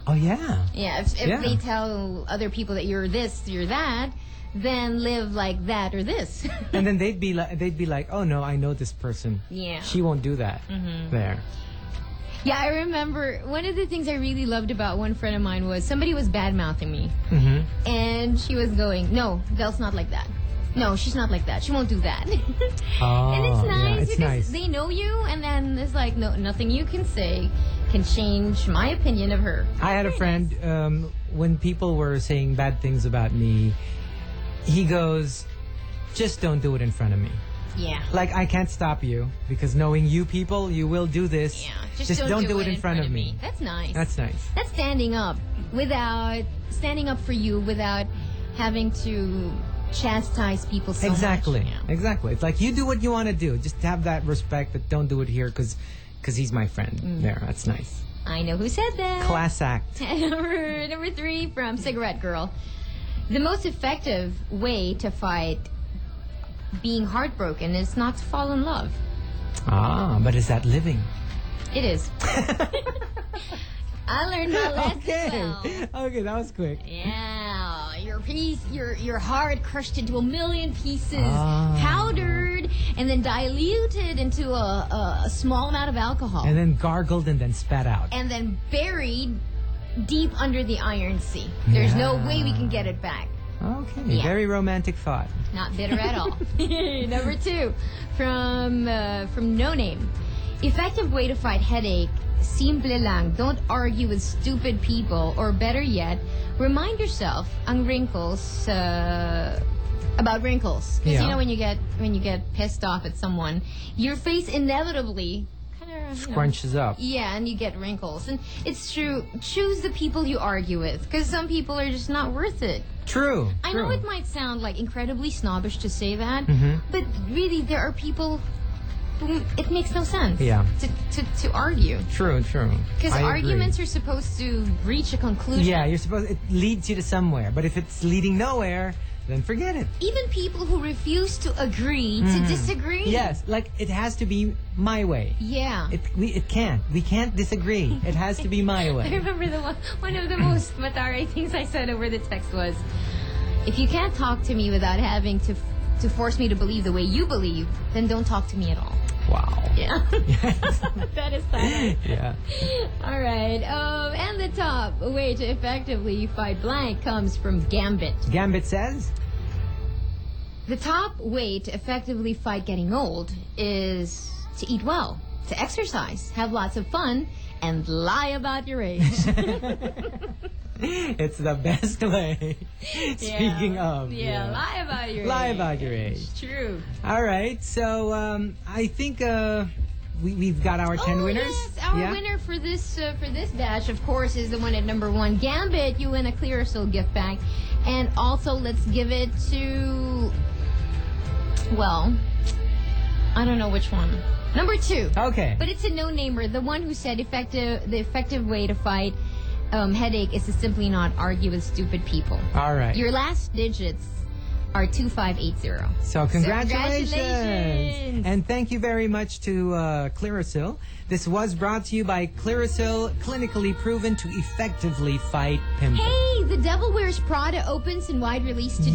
S1: Oh yeah.
S4: Yeah, if, if
S1: Yeah.
S4: they tell other people that you're this, you're that, then live like that or this.
S1: And then they'd be like, they'd be like, oh no, I know this person.
S4: Yeah. Mm-hmm.
S1: She won't do that. There.
S4: yeah, I remember one of the things I really loved about one friend of mine was somebody was bad mouthing me.
S1: Mm-hmm.
S4: And she was going, No, Dell's not like that. No, she's not like that. She won't do that. and
S1: Oh,
S4: it's
S1: yeah,
S4: nice
S1: it's
S4: because
S1: nice.
S4: they know you, and then it's like, No, nothing you can say can change my opinion of her.
S1: I had a friend um, when people were saying bad things about me. He goes, "Just don't do it in front of me.
S4: Yeah.
S1: Like I can't stop you because knowing you people, you will do this.
S4: Yeah.
S1: Just, don't, do it, in front, of me.
S4: That's nice.
S1: That's nice.
S4: That's standing up without standing up for you without having to chastise people so much.
S1: exactly.
S4: Yeah.
S1: Exactly. It's like you do what you want to do. Just have that respect, but don't do it here because he's my friend.
S4: Mm.
S1: There. That's nice.
S4: I know who said that.
S1: Class act.
S4: number, number three from Cigarette Girl. The most effective way to fight being heartbroken is not to fall in love.
S1: Ah, but is that living?
S4: It is. I learned my lesson
S1: Okay.
S4: well.
S1: Okay, that was quick.
S4: Yeah, your piece, your your heart crushed into a million pieces,
S1: Ah.
S4: powdered, and then diluted into a, a, a small amount of alcohol,
S1: And then gargled and then spat out.
S4: and then buried deep under the iron sea. There's no way we can get it back.
S1: Okay,
S4: Yeah.
S1: very romantic thought.
S4: Not bitter at all. Number two, from uh, from No Name. Effective way to fight headache. Simple lang. Don't argue with stupid people, or better yet, remind yourself ang wrinkles uh, about wrinkles. Because
S1: Yeah.
S4: you know when you get when you get pissed off at someone, your face inevitably kind of
S1: Scrunches up.
S4: yeah, and you get wrinkles. And it's true. Choose the people you argue with, because some people are just not worth it.
S1: True.
S4: I
S1: true. Mm-hmm.
S4: know it might sound like incredibly snobbish to say that, but really there are people whom it makes no sense
S1: Yeah.
S4: to, to, to argue.
S1: True, true.
S4: Because
S1: I agree.
S4: arguments are supposed to reach a conclusion.
S1: Yeah, you're supposed. It leads you to somewhere, but if it's leading nowhere, then forget it.
S4: Even people who refuse to agree
S1: Mm.
S4: to disagree.
S1: Yes, like it has to be my way.
S4: Yeah.
S1: It we it can't. We can't disagree. It has to be my
S4: I
S1: way.
S4: remember the one, one of the
S1: Mm.
S4: most matari things I said over the text was, if you can't talk to me without having to, f- to force me to believe the way you believe, then don't talk to me at all.
S1: Wow.
S4: Yeah. that is that.
S1: Yeah.
S4: All right. Um, and the top way to effectively fight blank comes from Gambit.
S1: Gambit says.
S4: The top way to effectively fight getting old is to eat well, to exercise, have lots of fun, and lie about your age.
S1: It's the best way. Speaking of.
S4: yeah, lie about your
S1: Lie
S4: age.
S1: about your age.
S4: True.
S1: All right. So um, I think uh, we, we've got our 10
S4: oh,
S1: winners.
S4: Yes, our
S1: Yeah?
S4: winner for this uh, for this dash, of course, is the one at number one, Gambit. You win a Clear Soul gift bag, and also let's give it to. Well, I don't know which one. Number two,
S1: Okay.
S4: but it's a no-namer. The one who said effective the effective way to fight um, headache is to simply not argue with stupid people.
S1: All right.
S4: Your last digits are two five eight zero.
S1: So congratulations.
S4: congratulations.
S1: And thank you very much to uh, Clearasil. This was brought to you by Clearasil, clinically proven to effectively fight pimples.
S4: Hey, the Devil Wears Prada opens in wide release today.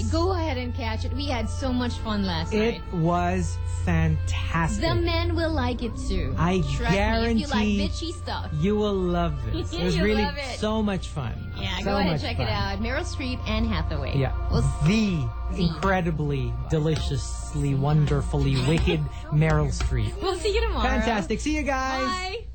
S1: Yes.
S4: Go ahead and catch it. We had so much fun last
S1: It
S4: night.
S1: was fantastic.
S4: The men will like it too.
S1: I
S4: Trust me, if you like
S1: guarantee-
S4: bitchy stuff.
S1: you will love this. It was
S4: You
S1: really
S4: love it.
S1: so much fun.
S4: Yeah,
S1: So
S4: go ahead and
S1: much
S4: check
S1: fun.
S4: it out. Meryl Streep and Hathaway.
S1: Yeah.
S4: We'll s-
S1: the incredibly, deliciously, wonderfully wicked Meryl Streep.
S4: We'll see you tomorrow.
S1: Fantastic. See you guys.
S4: Bye.